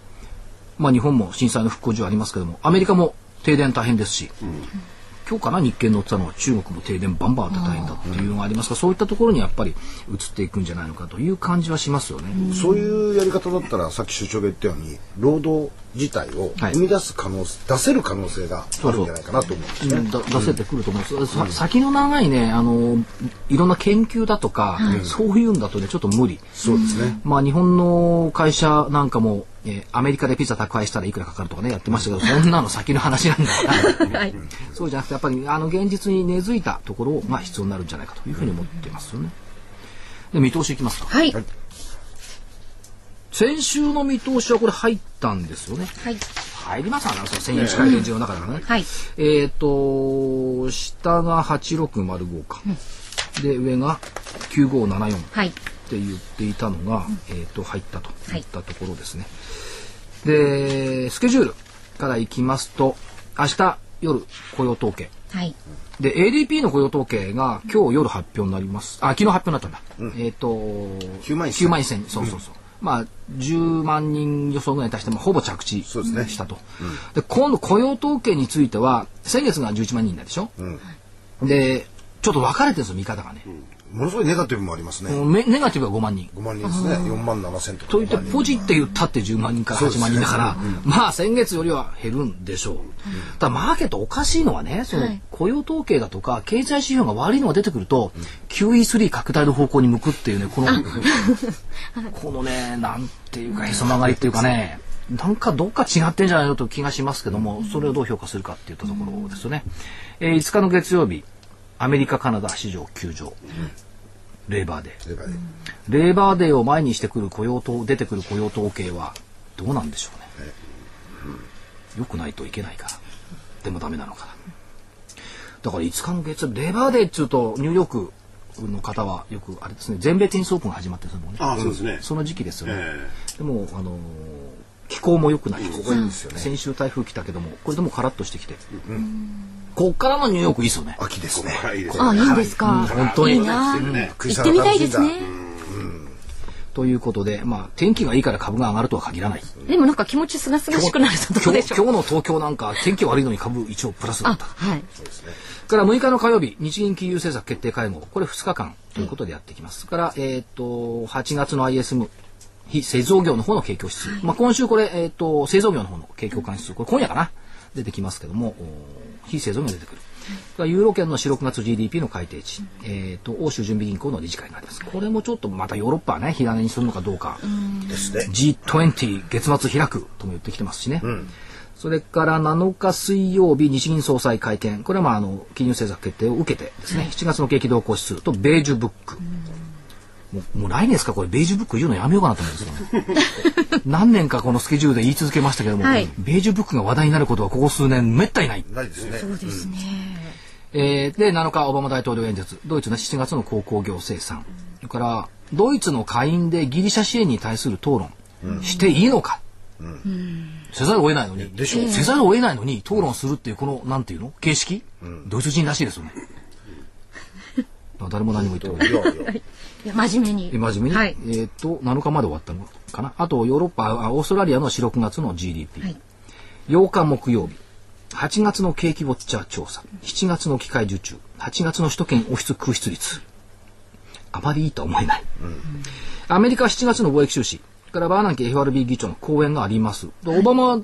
S1: まあ、日本も震災の復興中ありますけどもアメリカも停電大変ですし、今日かな日経に載ってたのは中国も停電バンバンあって大変だっていうのがありますが、そういったところにやっぱり移っていくんじゃないのかという感じはしますよね。
S3: そういうやり方だったらさっき所長が言ったように労働自体を
S1: はい
S3: 生み出す可能性、出せる可能性があるんじゃないかなと思うんですね。
S1: うんだ出せてくると思うんです、さ先の長いねあのいろんな研究だとか、そういうんだとねちょっと無理、
S3: そうですね。
S1: まあ、日本の会社なんかも、えーアメリカでピザ宅配したらいくらかかるとかねやってました けどそんなの先の話なんだから、そうじゃなくてやっぱりあの現実に根付いたところが必要になるんじゃないかというふうに思ってますよね。で見通しいきますか
S2: はい。
S1: 先週の見通しはこれ入ったんですよね
S2: はい。
S1: 入りますわねその千円近いレンジの中だからね、
S2: はい。
S1: えっ、と下が8605か、で上が9574っ
S2: はい。
S1: て言っていたのが、えっ、と入ったと
S2: はい
S1: いったところですね、でスケジュールからいきますと明日夜雇用統計
S2: はい。
S1: で ADP の雇用統計が今日夜発表になりますあ昨日発表になったんだ、えっ、と
S3: 9万1000
S1: 9万1000そうそうそう、まあ、10万人予想ぐらいに対してもほぼ着地
S3: そうですね
S1: したと、で今度雇用統計については先月が11万人なんでしょ、でちょっと分かれてるんですよ見方がね、
S3: ものすごいネガティブもありますね。
S1: もうめネガティブが5万人
S3: 5万人ですね。4万7千とか。
S1: といって
S3: 5万人
S1: ポジって言ったって10万人から8万人だから、まあ先月よりは減るんでしょう、ただマーケットおかしいのはねその雇用統計だとか経済指標が悪いのが出てくると、QE3 拡大の方向に向くっていうねこの このねなんていうかへそ曲がりっていうかねなんかどっか違ってんじゃないのという気がしますけどもそれをどう評価するかっていったところですよね、えー5日の月曜日アメリカカナダ市場休場、レーバーデー
S3: というかね
S1: レーバーデーを前にしてくる雇用と出てくる雇用統計はどうなんでしょうね。良くないといけないから。でもダメなのかな。だから5日の月曜日レーバーデーっつうとニューヨークの方はよくあれですね全米テニスオープンが始まってるんですもんね。
S4: ああそうですね
S1: その時期ですよね。
S4: え
S1: でもあのー気候も良くない。
S3: ここいいですよね。
S1: 先週台風来たけどもこれでもカラッとしてきて。こっからのニューヨークいいですよね。
S3: 秋ですね。
S4: はいいいですね
S2: あ、いいんですか。
S1: 本当に
S2: いいな。行ってみたいですね。
S1: ということでまあ天気がいいから株が上がるとは限らない。
S2: でもなんか気持ちすがすがしくなるとどうでしょう。
S1: 今日今日の東京なんか天気悪いのに株一応プラスだ
S2: あ、
S1: った。
S2: はい。
S1: から6日の火曜日、日銀金融政策決定会合、これ2日間ということでやっていきます。から、えっ、と、8月の ISM、非製造業の方の景況指数。まあ、今週これ、えっ、と、製造業の方の景況感指数、これ今夜かな出てきますけども、お非製造業が出てくる。からユーロ圏の4、6月 GDP の改定値、えっ、と、欧州準備銀行の理事会があります。これもちょっとまたヨーロッパはね、火種にするのかどうか。
S3: ですね。
S1: G20 月末開くとも言ってきてますしね、それから7日水曜日日銀総裁会見これはまああの金融政策決定を受けてですね、7月の景気動向指数とベージュブック、もうもう来年ですかこれベージュブック言うのやめようかなと思うんですけど、ね、何年かこのスケジュールで言い続けましたけども、
S2: はい
S1: ベージュブックが話題になることはここ数年めったにない
S3: ないですね。
S1: えーで7日オバマ大統領演説ドイツの7月の鉱工業生産それからドイツの下院でギリシャ支援に対する討論、していいのか、せざるを得ないのに
S3: でしょう
S1: せざるを得ないのに討論するっていうこのなんていうの形式、ドイツ人らしいですよね誰も何も言ってない
S3: いやいや
S2: いや真面目
S1: 真
S2: に。
S1: 面目に、
S2: はい
S1: えーっと7日まで終わったのかなあとヨーロッパあオーストラリアの4、6月の GDP、
S2: はい
S1: 8日木曜日8月の景気ウォッチャー調査7月の機械受注8月の首都圏オフィス空室率あまりいいとは思えない、アメリカ7月の貿易収支からバーナンキ FRB 議長の講演がありますでオバマ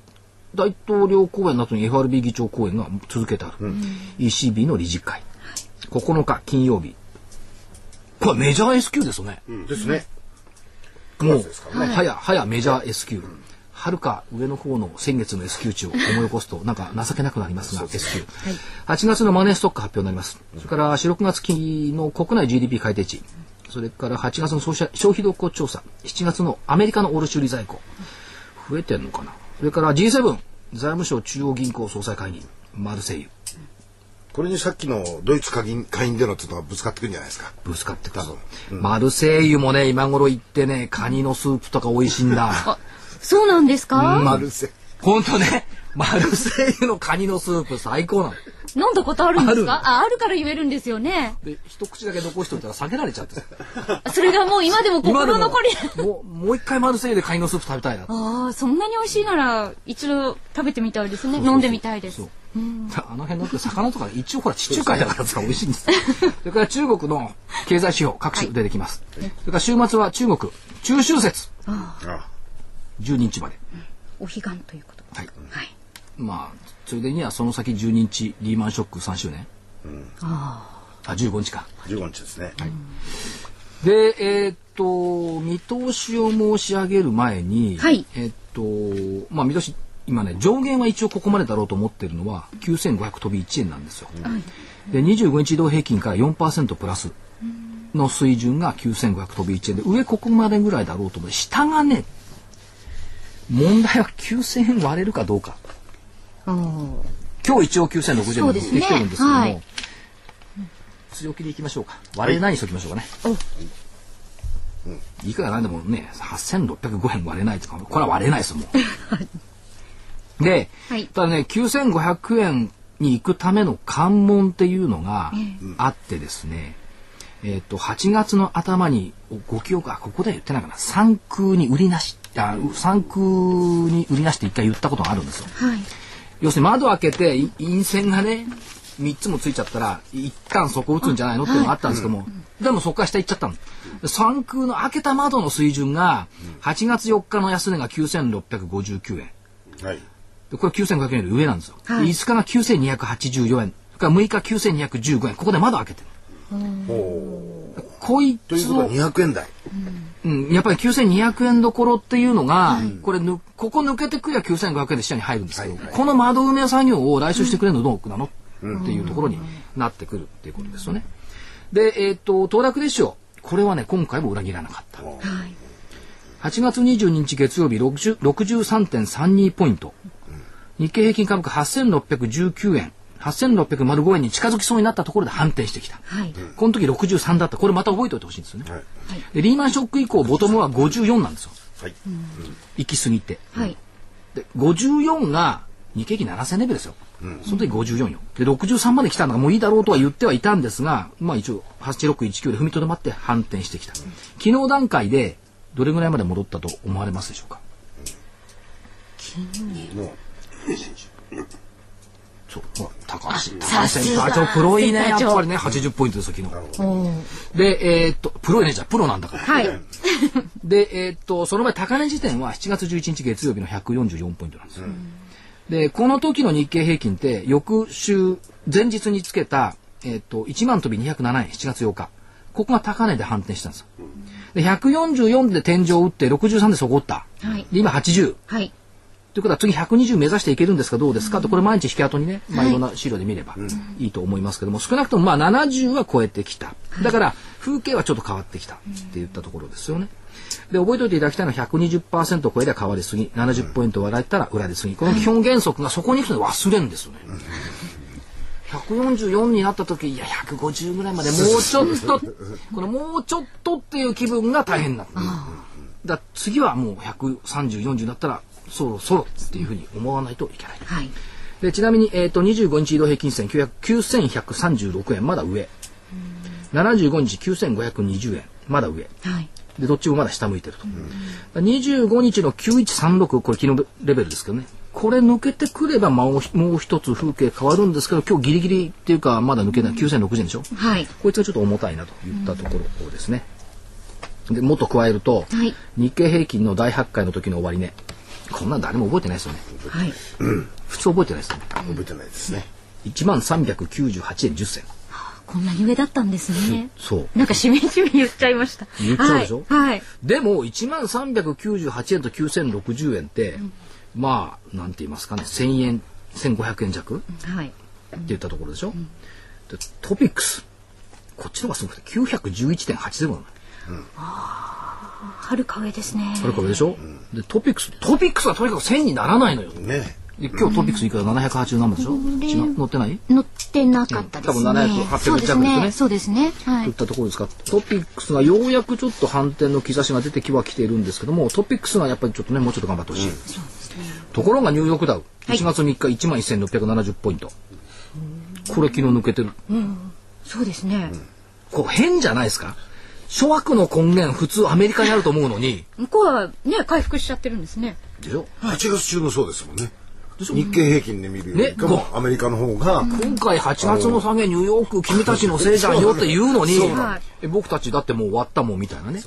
S1: 大統領講演の後に FRB 議長講演が続けてある、ECB の理事会9日金曜日これメジャー S q ですよね、
S3: ですね。
S1: もう
S3: 月です、から
S1: はや、はやメジャー S q はるか上の方の先月の S q 値を思い起こすと、なんか情けなくなりますが、S q 8月のマネーストック発表になります。それから、4、6月期の国内 GDP 改定値。それから、8月の消費消費動向調査。7月のアメリカの卸売在庫。増えてんのかなそれから G7、財務省中央銀行総裁会議、マルセイユ。
S3: これにさっきのドイツ下院下院でのちょっとぶつかってくるんじゃないですか。
S1: ぶつかってくる。マルセイユもね、今頃行ってね、カニのスープとか美味しいんだ。
S2: そうなんですか。
S3: ルセ。
S1: ほんとね、 マルセイユのカニのスープ最高なの。
S2: 飲んだことあるんですか。
S1: あ
S2: あ、あるから言えるんですよね。
S1: で、一口だけ残しといたら避けられちゃってさ。
S2: それがもう今でも
S1: 今で
S2: 心残り。
S1: も、もう、もう一回マルセイユでカニのスープ食べたいな。
S2: ああ、そんなに美味しいなら一度食べてみたいですね。飲んでみたいです
S1: そう。あの辺の魚とか一応ほら地中海だからさ美味しいん ですよそれから中国の経済指標各種出てきます、それから週末は中国中秋節
S4: あ
S1: 12日まで
S2: お彼岸ということ
S1: はい
S2: はい
S1: まあついでにはその先12日リーマンショック3周年、あ15日か
S3: 15日ですね。
S1: でえーっと見通しを申し上げる前に、
S2: はい
S1: えーっとまあ見通し今ね上限は一応ここまでだろうと思ってるのは9500飛び1円なんですよ、で25日移動平均から4%プラスの水準が9500飛び1円で上ここまでぐらいだろうと思う下がね問題は9000円割れるかどうか
S2: お
S1: 今日一応9060円
S2: そう
S1: ま
S2: で
S1: です持っ
S2: ね
S1: てきてるんですけども、
S2: はい
S1: 強気でいきましょうか割れないにしときましょうかね、い、くらなんでもね8605円割れないとかこれは割れないで すもんで、
S2: はい
S1: ただね9500円に行くための関門っていうのがあってですね、えっと8月の頭にご記憶あここでは言ってないかな三空に売りなしあ三空に売りなしって一回言ったことがあるんですよ
S2: はい
S1: 要するに窓開けてい陰線がね3つもついちゃったら一旦そこ打つんじゃないのっていうのがあったんですけども、でもそこから下行っちゃったの。三空の開けた窓の水準が8月4日の安値が9659円
S4: あはい。
S1: でこれ9500円より上なんですよ、
S2: はい
S1: で5日が9284円それから6日9215円ここで窓開けてるこい
S3: という
S1: つ
S3: ことは
S1: を、
S3: 200円台。
S1: うん、やっぱり9200円どころっていうのが、これぬここ抜けてくりゃ9500円で下に入るんですけど、この窓埋め作業を来週してくれるのどうなの、っていうところになってくるっていうことですよね。で、えっと騰落レシオこれはね今回も裏切らなかった。8月22日月曜日60 63.32ポイント日経平均株価8619円8605円に近づきそうになったところで反転してきた、
S2: はい
S1: この時63だったこれまた覚えておいてほしいんですよね、
S4: はい。
S1: でリーマンショック以降ボトムは54なんですよ
S4: はい。
S1: 行き過ぎて
S2: はい
S1: で54が日経平均7000レベルですよ、その時54よで63まで来たのがもういいだろうとは言ってはいたんですがまあ一応8619で踏みとどまって反転してきた、昨日段階でどれぐらいまで戻ったと思われますでしょうかそうほら高橋高橋センター長黒いねやっぱりね80ポイントですよ昨日でえーっとプロねじゃプロなんだから
S2: はい
S1: で、えーっと、その前、高値時点は7月11日月曜日の144ポイントなんですよ。で、この時の日経平均って、翌週、前日につけた、えーっと、1万飛び207円、7月8日。ここが高値で反転したんですよ。で、144で天井を打って、63で底を打った。
S2: はい
S1: で、今80。
S2: はい
S1: ということは次120目指していけるんですかどうですかとこれ毎日引き跡にね、まあ、いろんな資料で見ればいいと思いますけども少なくともまあ70は超えてきただから風景はちょっと変わってきたって言ったところですよね。で覚えておいていただきたいのは120%超えで変わりすぎ70ポイント割られたら裏ですぎこの基本原則がそこに行くと忘れるんですよね。144になった時いや150ぐらいまでもうちょっ とこのもうちょっとっていう気分が大変なのだから次はもう13040だったらそろそろっていうふうに思わないといけない
S2: はい
S1: でちなみに、えー、と25日移動平均線900 9136円まだ上75日9520円まだ上
S2: はい
S1: でどっちもまだ下向いてると、25日の9136これ昨日レベルですけどねこれ抜けてくればまあもうもう一つ風景変わるんですけど今日ギリギリっていうかまだ抜けない9060円でしょ
S2: はい
S1: こいつがちょっと重たいなといったところですね。でもっと加えると、
S2: はい
S1: 日経平均の大発会の時の終値、こんなん誰も覚えてないですよね。
S2: はい
S1: 普通覚えてないですよね。
S3: 覚えてないですね。
S1: 1万398円10銭。
S2: こんなに上だったんですね
S1: そう。
S2: なんかしめしめ言っちゃいました
S1: 言っちゃうでしょ
S2: はいはい
S1: でも、1万398円と9060円って、まあ、なんて言いますかね、1000円、1500円弱。
S2: はい
S1: って言ったところでしょ、でトピックスこっちの方がすごくて911.80なの
S2: はるか上ですね
S1: これこれでしょ、でトピックストピックスはとにかく1000にならないのよ
S3: ね
S1: で今日トピックスいくら780何本でしょ違う載ってない
S2: 乗ってなかったですね
S1: 多分700 800
S2: そうですね
S1: 弱
S2: そうですねは
S1: とい
S2: い
S1: ったところですかトピックスがようやくちょっと反転の兆しが出てきはきているんですけどもトピックスがやっぱりちょっとねもうちょっと頑張ってほしい、ところがニューヨークダウ
S2: い
S1: 1月3日1万1670ポイント、これ昨日抜けてる
S2: そうですね
S1: こう変じゃないですか諸悪の根源普通アメリカにあると思うのに
S2: 向こうはね回復しちゃってるんですね
S1: でしょ
S3: 8月中もそうですもんね。日経平均で見るよりかも
S1: ね、
S3: アメリカの方が、
S1: 今回8月の下げニューヨーク君たちのせいじゃんよって言うのにえ僕たちだってもう終わったもんみたいなね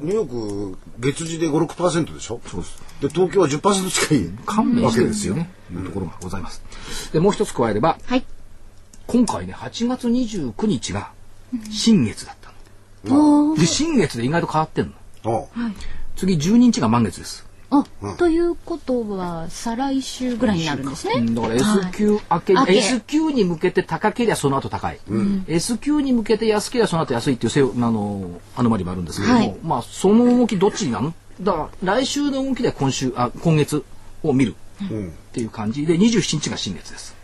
S3: ニューヨーク、月次で5、6%でしょそうです。で、東京は10%近
S1: 勘
S3: い
S1: 弁
S3: わ
S1: し
S3: け
S1: て
S3: で
S1: ですす
S3: よ
S1: よ。ねいうところがございますでもう一つ加えれば
S2: はい。
S1: 今回ね8月29日が新月だったので新月で意外と変わってんの
S3: ああ
S1: 次12日が満月です
S2: あ、ということは、再来週ぐらいになるんです
S1: う
S2: ね。
S1: んだから S q 明け、
S2: 明け
S1: S q に向けて高ければその後高い、S q に向けて安ければその後安いっていうせいあのアノマリもあるんですけれども、
S2: はい
S1: まあその動きどっちになるだから来週の動きで今週あ今月を見るっていう感じで27日が新月です。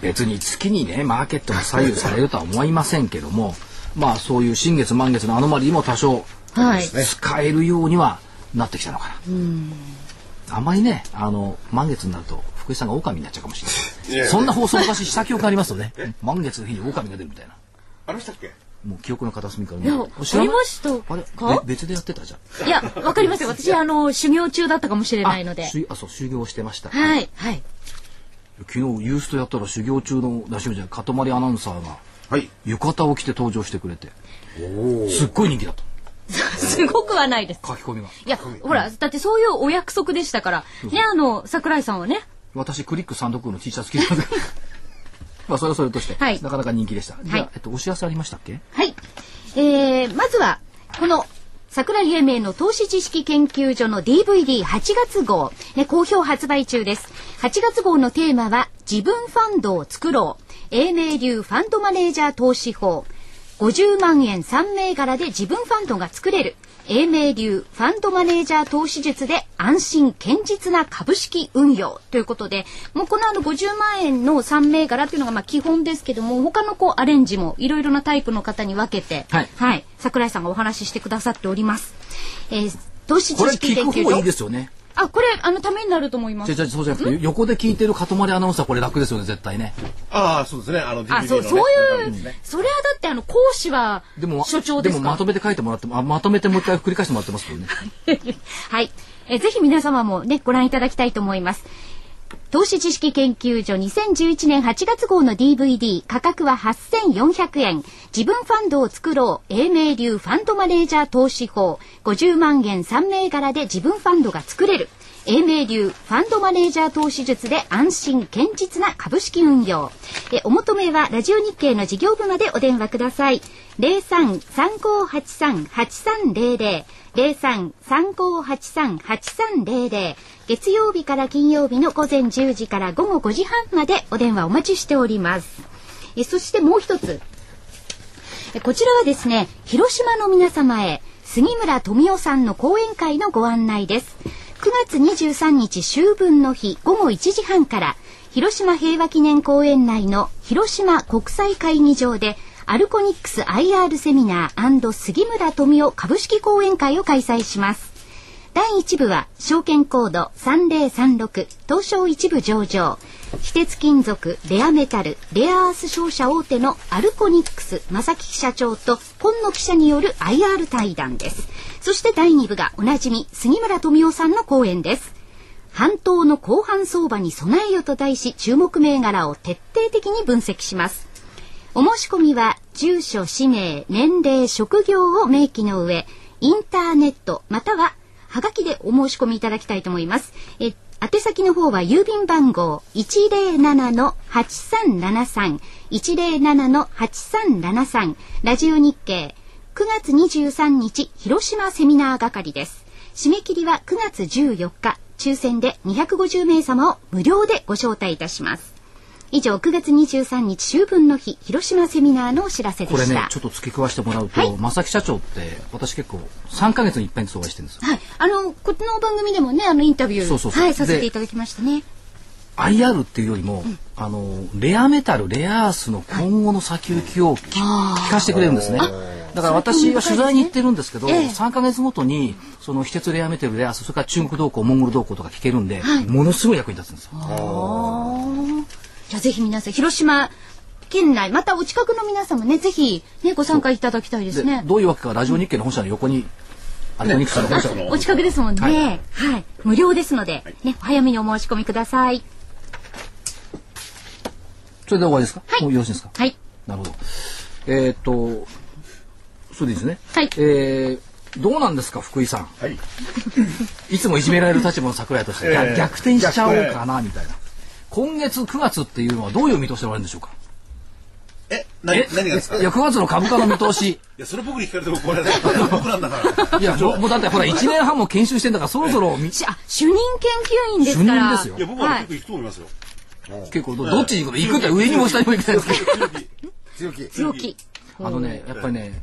S1: 別に月にねマーケットが左右されるとは思いませんけどもまあそういう新月満月のアノマリーも多少
S2: はい。
S1: 使えるようにはなってきたのかな。あんまりね、あの満月になると福井さんが狼になっちゃうかもしれない。そんな放送昔した記憶ありますよね。満月の日に狼が出るみたいな。
S4: あれしたっけ
S1: もう記憶の片隅から
S2: いや、
S1: ね
S2: わ。かりました
S1: あれ
S2: か
S1: べ別でやってたじゃん。
S2: いや、わかりました。 私、あの、修行中だったかもしれないので
S1: あ。しゅあそう修行してました。
S2: はい。 はい。
S1: 昨日ユースとやったら修行中の出しじゃないかとまりアナウンサーが
S3: はい。
S1: 浴衣を着て登場してくれて、すっごい人気だと
S2: すごくはないです。
S1: 書き込みが。
S2: いや、ほら、だってそういうお約束でしたから、ね、あの、桜井さんはね、
S1: 私クリック三読の T シャツ着てたんだけど まあそれはそれとして、
S2: はい
S1: なかなか人気でした。じゃあ、
S2: はい
S1: えっとお知らせありましたっけ？
S2: はい。えー、まずは、この、桜井英明の投資知識研究所の DVD8 月号、ね、好評発売中です。8月号のテーマは、自分ファンドを作ろう。英明流ファンドマネージャー投資法。50万円3銘柄で自分ファンドが作れる。英明流ファンドマネージャー投資術で安心堅実な株式運用ということで、もうこのあの50万円の3銘柄っていうのがまあ基本ですけども、他のこうアレンジもいろいろなタイプの方に分けて、
S1: はい
S2: 桜井さんがお話ししてくださっております。えー、投資知
S1: これ
S2: 識
S1: 聞
S2: 研
S1: く
S2: 究
S1: 方
S2: 所。
S1: いいですよね。
S2: あ、これあのためになると思いま
S1: じゃ
S2: す。
S1: じゃそうじゃなくて横で聞いてるかとまりアナウンサーこれ楽ですよね絶対ね。
S4: ああ、そうですね。あの、DVD の、
S2: あ、
S4: ね、
S2: そう、そういう、
S4: ん
S2: それはだってあの講師は
S1: でも
S2: 所長です
S1: も
S2: か
S1: ま
S2: ら
S1: とめて書いてもらってもあまとめてもう一回繰り返してもらってますけどね。
S2: はい。えーぜひ皆様もね、ご覧いただきたいと思います。投資知識研究所2011年8月号の DVD 価格は8400円自分ファンドを作ろう英明流ファンドマネージャー投資法50万円3銘柄で自分ファンドが作れる英明流ファンドマネージャー投資術で安心堅実な株式運用えお求めはラジオ日経の事業部までお電話ください0335838300 0335838300月曜日から金曜日の午前10時から午後5時半までお電話お待ちしております。えそしてもう一つ。えこちらはですね、広島の皆様へ、杉村富夫さんの講演会のご案内です。9月23日秋分の日午後1時半から、広島平和記念公園内の広島国際会議場で、アルコニックス IR セミナー杉村富夫株式講演会を開催します。第1部は証券コード3036東証一部上場非鉄金属レアメタルレアアース商社大手のアルコニックス正木社長と今野記者による IR 対談ですそして第2部がおなじみ杉村富夫さんの講演です半島の後半相場に備えよと題し注目銘柄を徹底的に分析しますお申し込みは住所氏名年齢職業を明記の上インターネットまたははがきでお申し込みいただきたいと思いますえ宛先の方は郵便番号107-8373 107-8373ラジオ日経9月23日広島セミナー係です締め切りは9月14日抽選で250名様を無料でご招待いたします以上9月23日秋分の日広島セミナーのお知らせで
S1: これ
S2: した
S1: ねちょっと付け加えしてもらうと、
S2: はい
S1: 正木社長って私結構3ヶ月に一遍ずつお会いしてるんですよ。
S2: はい、あのこの番組でもねあのインタビュー
S1: そうそうそう
S2: はい、させて
S1: で
S2: いただきましたね
S1: IR っていうよりも、あのレアメタルレアアースの今後の先行きをき聞かせてくれるんですね。だから私は取材に行ってるんですけど、
S2: ええ
S1: 3ヶ月ごとにその非鉄レアメタルレアアースそれから中国動向モンゴル動向とか聞けるんで、ものすごい役に立つんですよ。
S2: じゃあぜひ皆さん広島県内またお近くの皆様ねぜひねご参加いただきたいです
S1: で
S2: ね
S1: どういうわけかラジオ日経の本社の横にアルコニクスの本社
S4: ね
S2: お近くですもんね。はい。無料ですので、ね、お早めにお申し込みください。
S1: それで終わりですか、
S2: はい
S1: もうよろしいですか
S2: はい。
S1: なるほど。えーっと、それでいいですね。
S2: はい
S1: えーどうなんですか、福井さん。
S9: はい。
S1: いつもいじめられる立場の桜井として、
S9: ええ
S1: 逆転しちゃおうかな、みたいな。今月9月っていうのはどういう見通しでおられるんでしょうか
S9: え、何、何がですか
S1: いや、9月の株価の見 通し。
S4: いや、それ僕に聞かれてもこれだよ。僕なんだから。
S1: いや、もうもうだってほら、1年半も研修してんだから、そろそろ見、
S2: しあ、主任研究員ですから。
S1: 主任ですよ
S4: いや、僕は結構行くと思いますよ。
S1: 結構ど、どっちに行くの行くって上にも下にも行きたいんですけど。
S3: 強気。
S2: 強気。
S1: あのね、やっぱりね、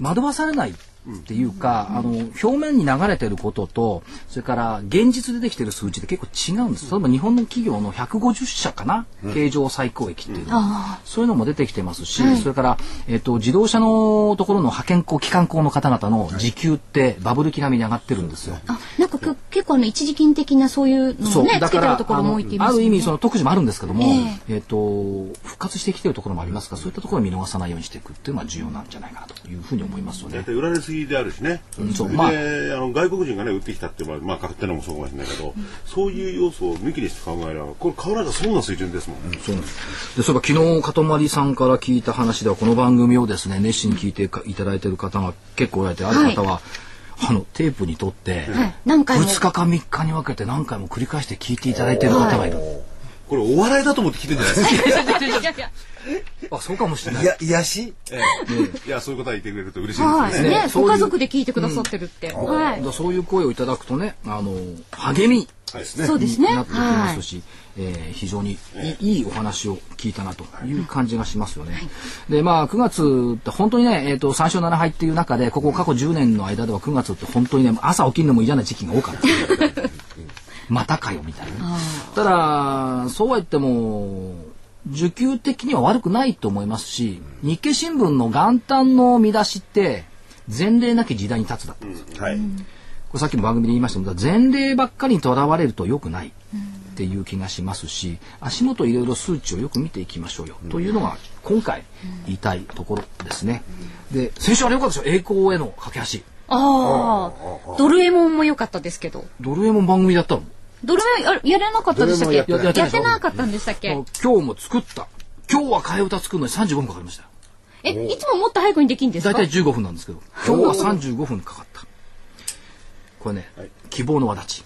S1: 惑わされないっていうか、あの表面に流れてることと、それから現実でできてる数値って結構違うんです。例えば日本の企業の150社かな、経常最高益っていうのは、そういうのも出てきてますし、それからえっ、と自動車のところの派遣工機関工の方々の時給ってバブル期並みに上がってるんですよ。
S2: あ、なんかく結構あの一時金的なそういうのもね、つけてるところも多いって言いま
S1: あ
S2: す
S1: のあ
S2: よ
S1: る
S2: ね。
S1: 意味その特需もあるんですけども、
S2: え
S1: えっ、と復活してきてるところもありますから、そういったところを見逃さないようにしていくっていうのは重要なんじゃないかなというふうに思いますよ
S4: 大
S1: ね。
S4: 体売られすぎであるしね。
S1: んそう
S4: で、
S1: まあ
S4: あの外国人がね、売ってきたっていうのは、まあ、買ってのもそうかもしれないけど、そういう要素を抜きにして考えれば、これ買わなきゃそうな水準ですもん。
S1: そうなんです。で、そういえば昨日、かとまりさんから聞いた話では、この番組をですね、熱心に聞いてかいただいてる方が結構おられて、ある方は、あの、テープにとって、
S2: はい何回も
S1: 2日か3日に分けて何回も繰り返して聞いていただいてる方がいる。
S4: これお笑いだと思って聞いてんじゃないですか。
S1: あ、そうかもしれない
S9: い。や、癒やし
S4: え えいや、そういう方いてくれると嬉しい
S2: はい。
S4: ですね。
S2: ね、
S1: そうい
S2: ご
S1: う
S2: 家族で聞いてくださってるって。は
S1: だか
S2: い。
S1: らそういう声をいただくとね、あの、励み
S4: はいです
S2: そうですね。
S1: になってきま
S2: は
S1: す
S2: い。
S1: し、えー非常にいいいいお話を聞いたなという感じがしますよね。でまあ9月って本当にね、えー、と3勝7敗っていう中でここ過去10年の間では9月って本当にね朝起きるのも嫌な時期が多かった。 またかよみたいな。ただそうは言っても受給的には悪くないと思いますし日経新聞の元旦の見出しって前例なき時代に立つだったんですよ
S4: はい。
S1: これさっきも番組で言いましたけど前例ばっかりにとらわれると良くないっていう気がしますし足元いろいろ数値をよく見ていきましょうよというのが今回言いたいところですね。で先週あれ良かったですよ栄光への架け橋。
S2: ああ、ドルエモンも良かったですけど。
S1: ドル円も番組だったの。
S2: ドルエモンややらなかったでしたっけ
S1: ドルエモンやってない
S2: やってなかったんでしたっけ
S1: 今日も作った。今日は替え歌作るのに35分かかりましたよ。
S2: え、いつももっと早くにできるんです
S1: 大
S2: か
S1: 体15分なんですけど今日は35分かかった。これね、希望の輪立ち。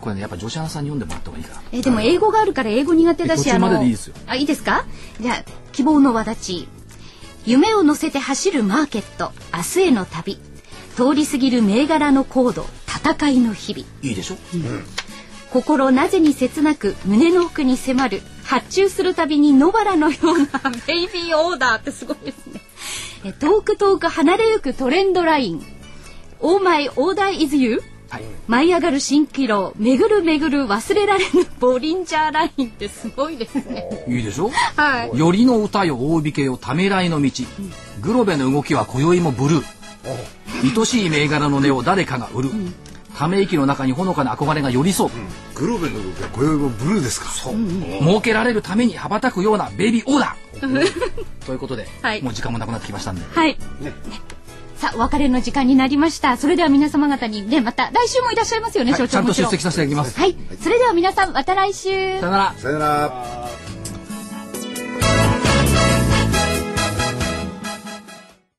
S1: これねやっぱ女子アナさんに読んでもらった方がいいから。
S2: えでも英語があるから英語苦手だし
S1: え途中まででいいですよ
S2: あのあいいですかじゃあ希望の輪立ち夢を乗せて走るマーケット明日への旅通り過ぎる銘柄の高度戦いの日々
S1: いいでしょ
S2: 心なぜに切なく胸の奥に迫る発注するたびに野原のようなベイビーオーダーってすごいですねえ遠く遠く離れゆくトレンドライン「オーマイオーダーイズユー」
S1: はい。
S2: 舞い上がる蜃気楼巡る巡る忘れられぬボリンジャーラインってすごいですね
S1: いいでしょ
S2: はい
S1: よりの歌よ大引けよためらいの道、グロベの動きは今宵もブルー愛しい銘柄の根を誰かが売る、ため息の中にほのかな憧れが寄り添う、
S3: グローベの動きは今宵もブルーですか。
S1: 儲けられるために羽ばたくようなベイビーオーダー、ということで、
S2: はい
S1: もう時間もなくなってきましたんで
S2: はい、さあお別れの時間になりましたそれでは皆様方にねまた来週もいらっしゃいますよね、
S1: はい
S2: 所
S1: ちゃ
S2: 長
S1: んと
S2: もち
S1: 出
S2: ろん
S1: 席させていただきます、
S2: はいそれでは皆さんまた来週
S1: さよなら
S3: さよなら。
S1: あ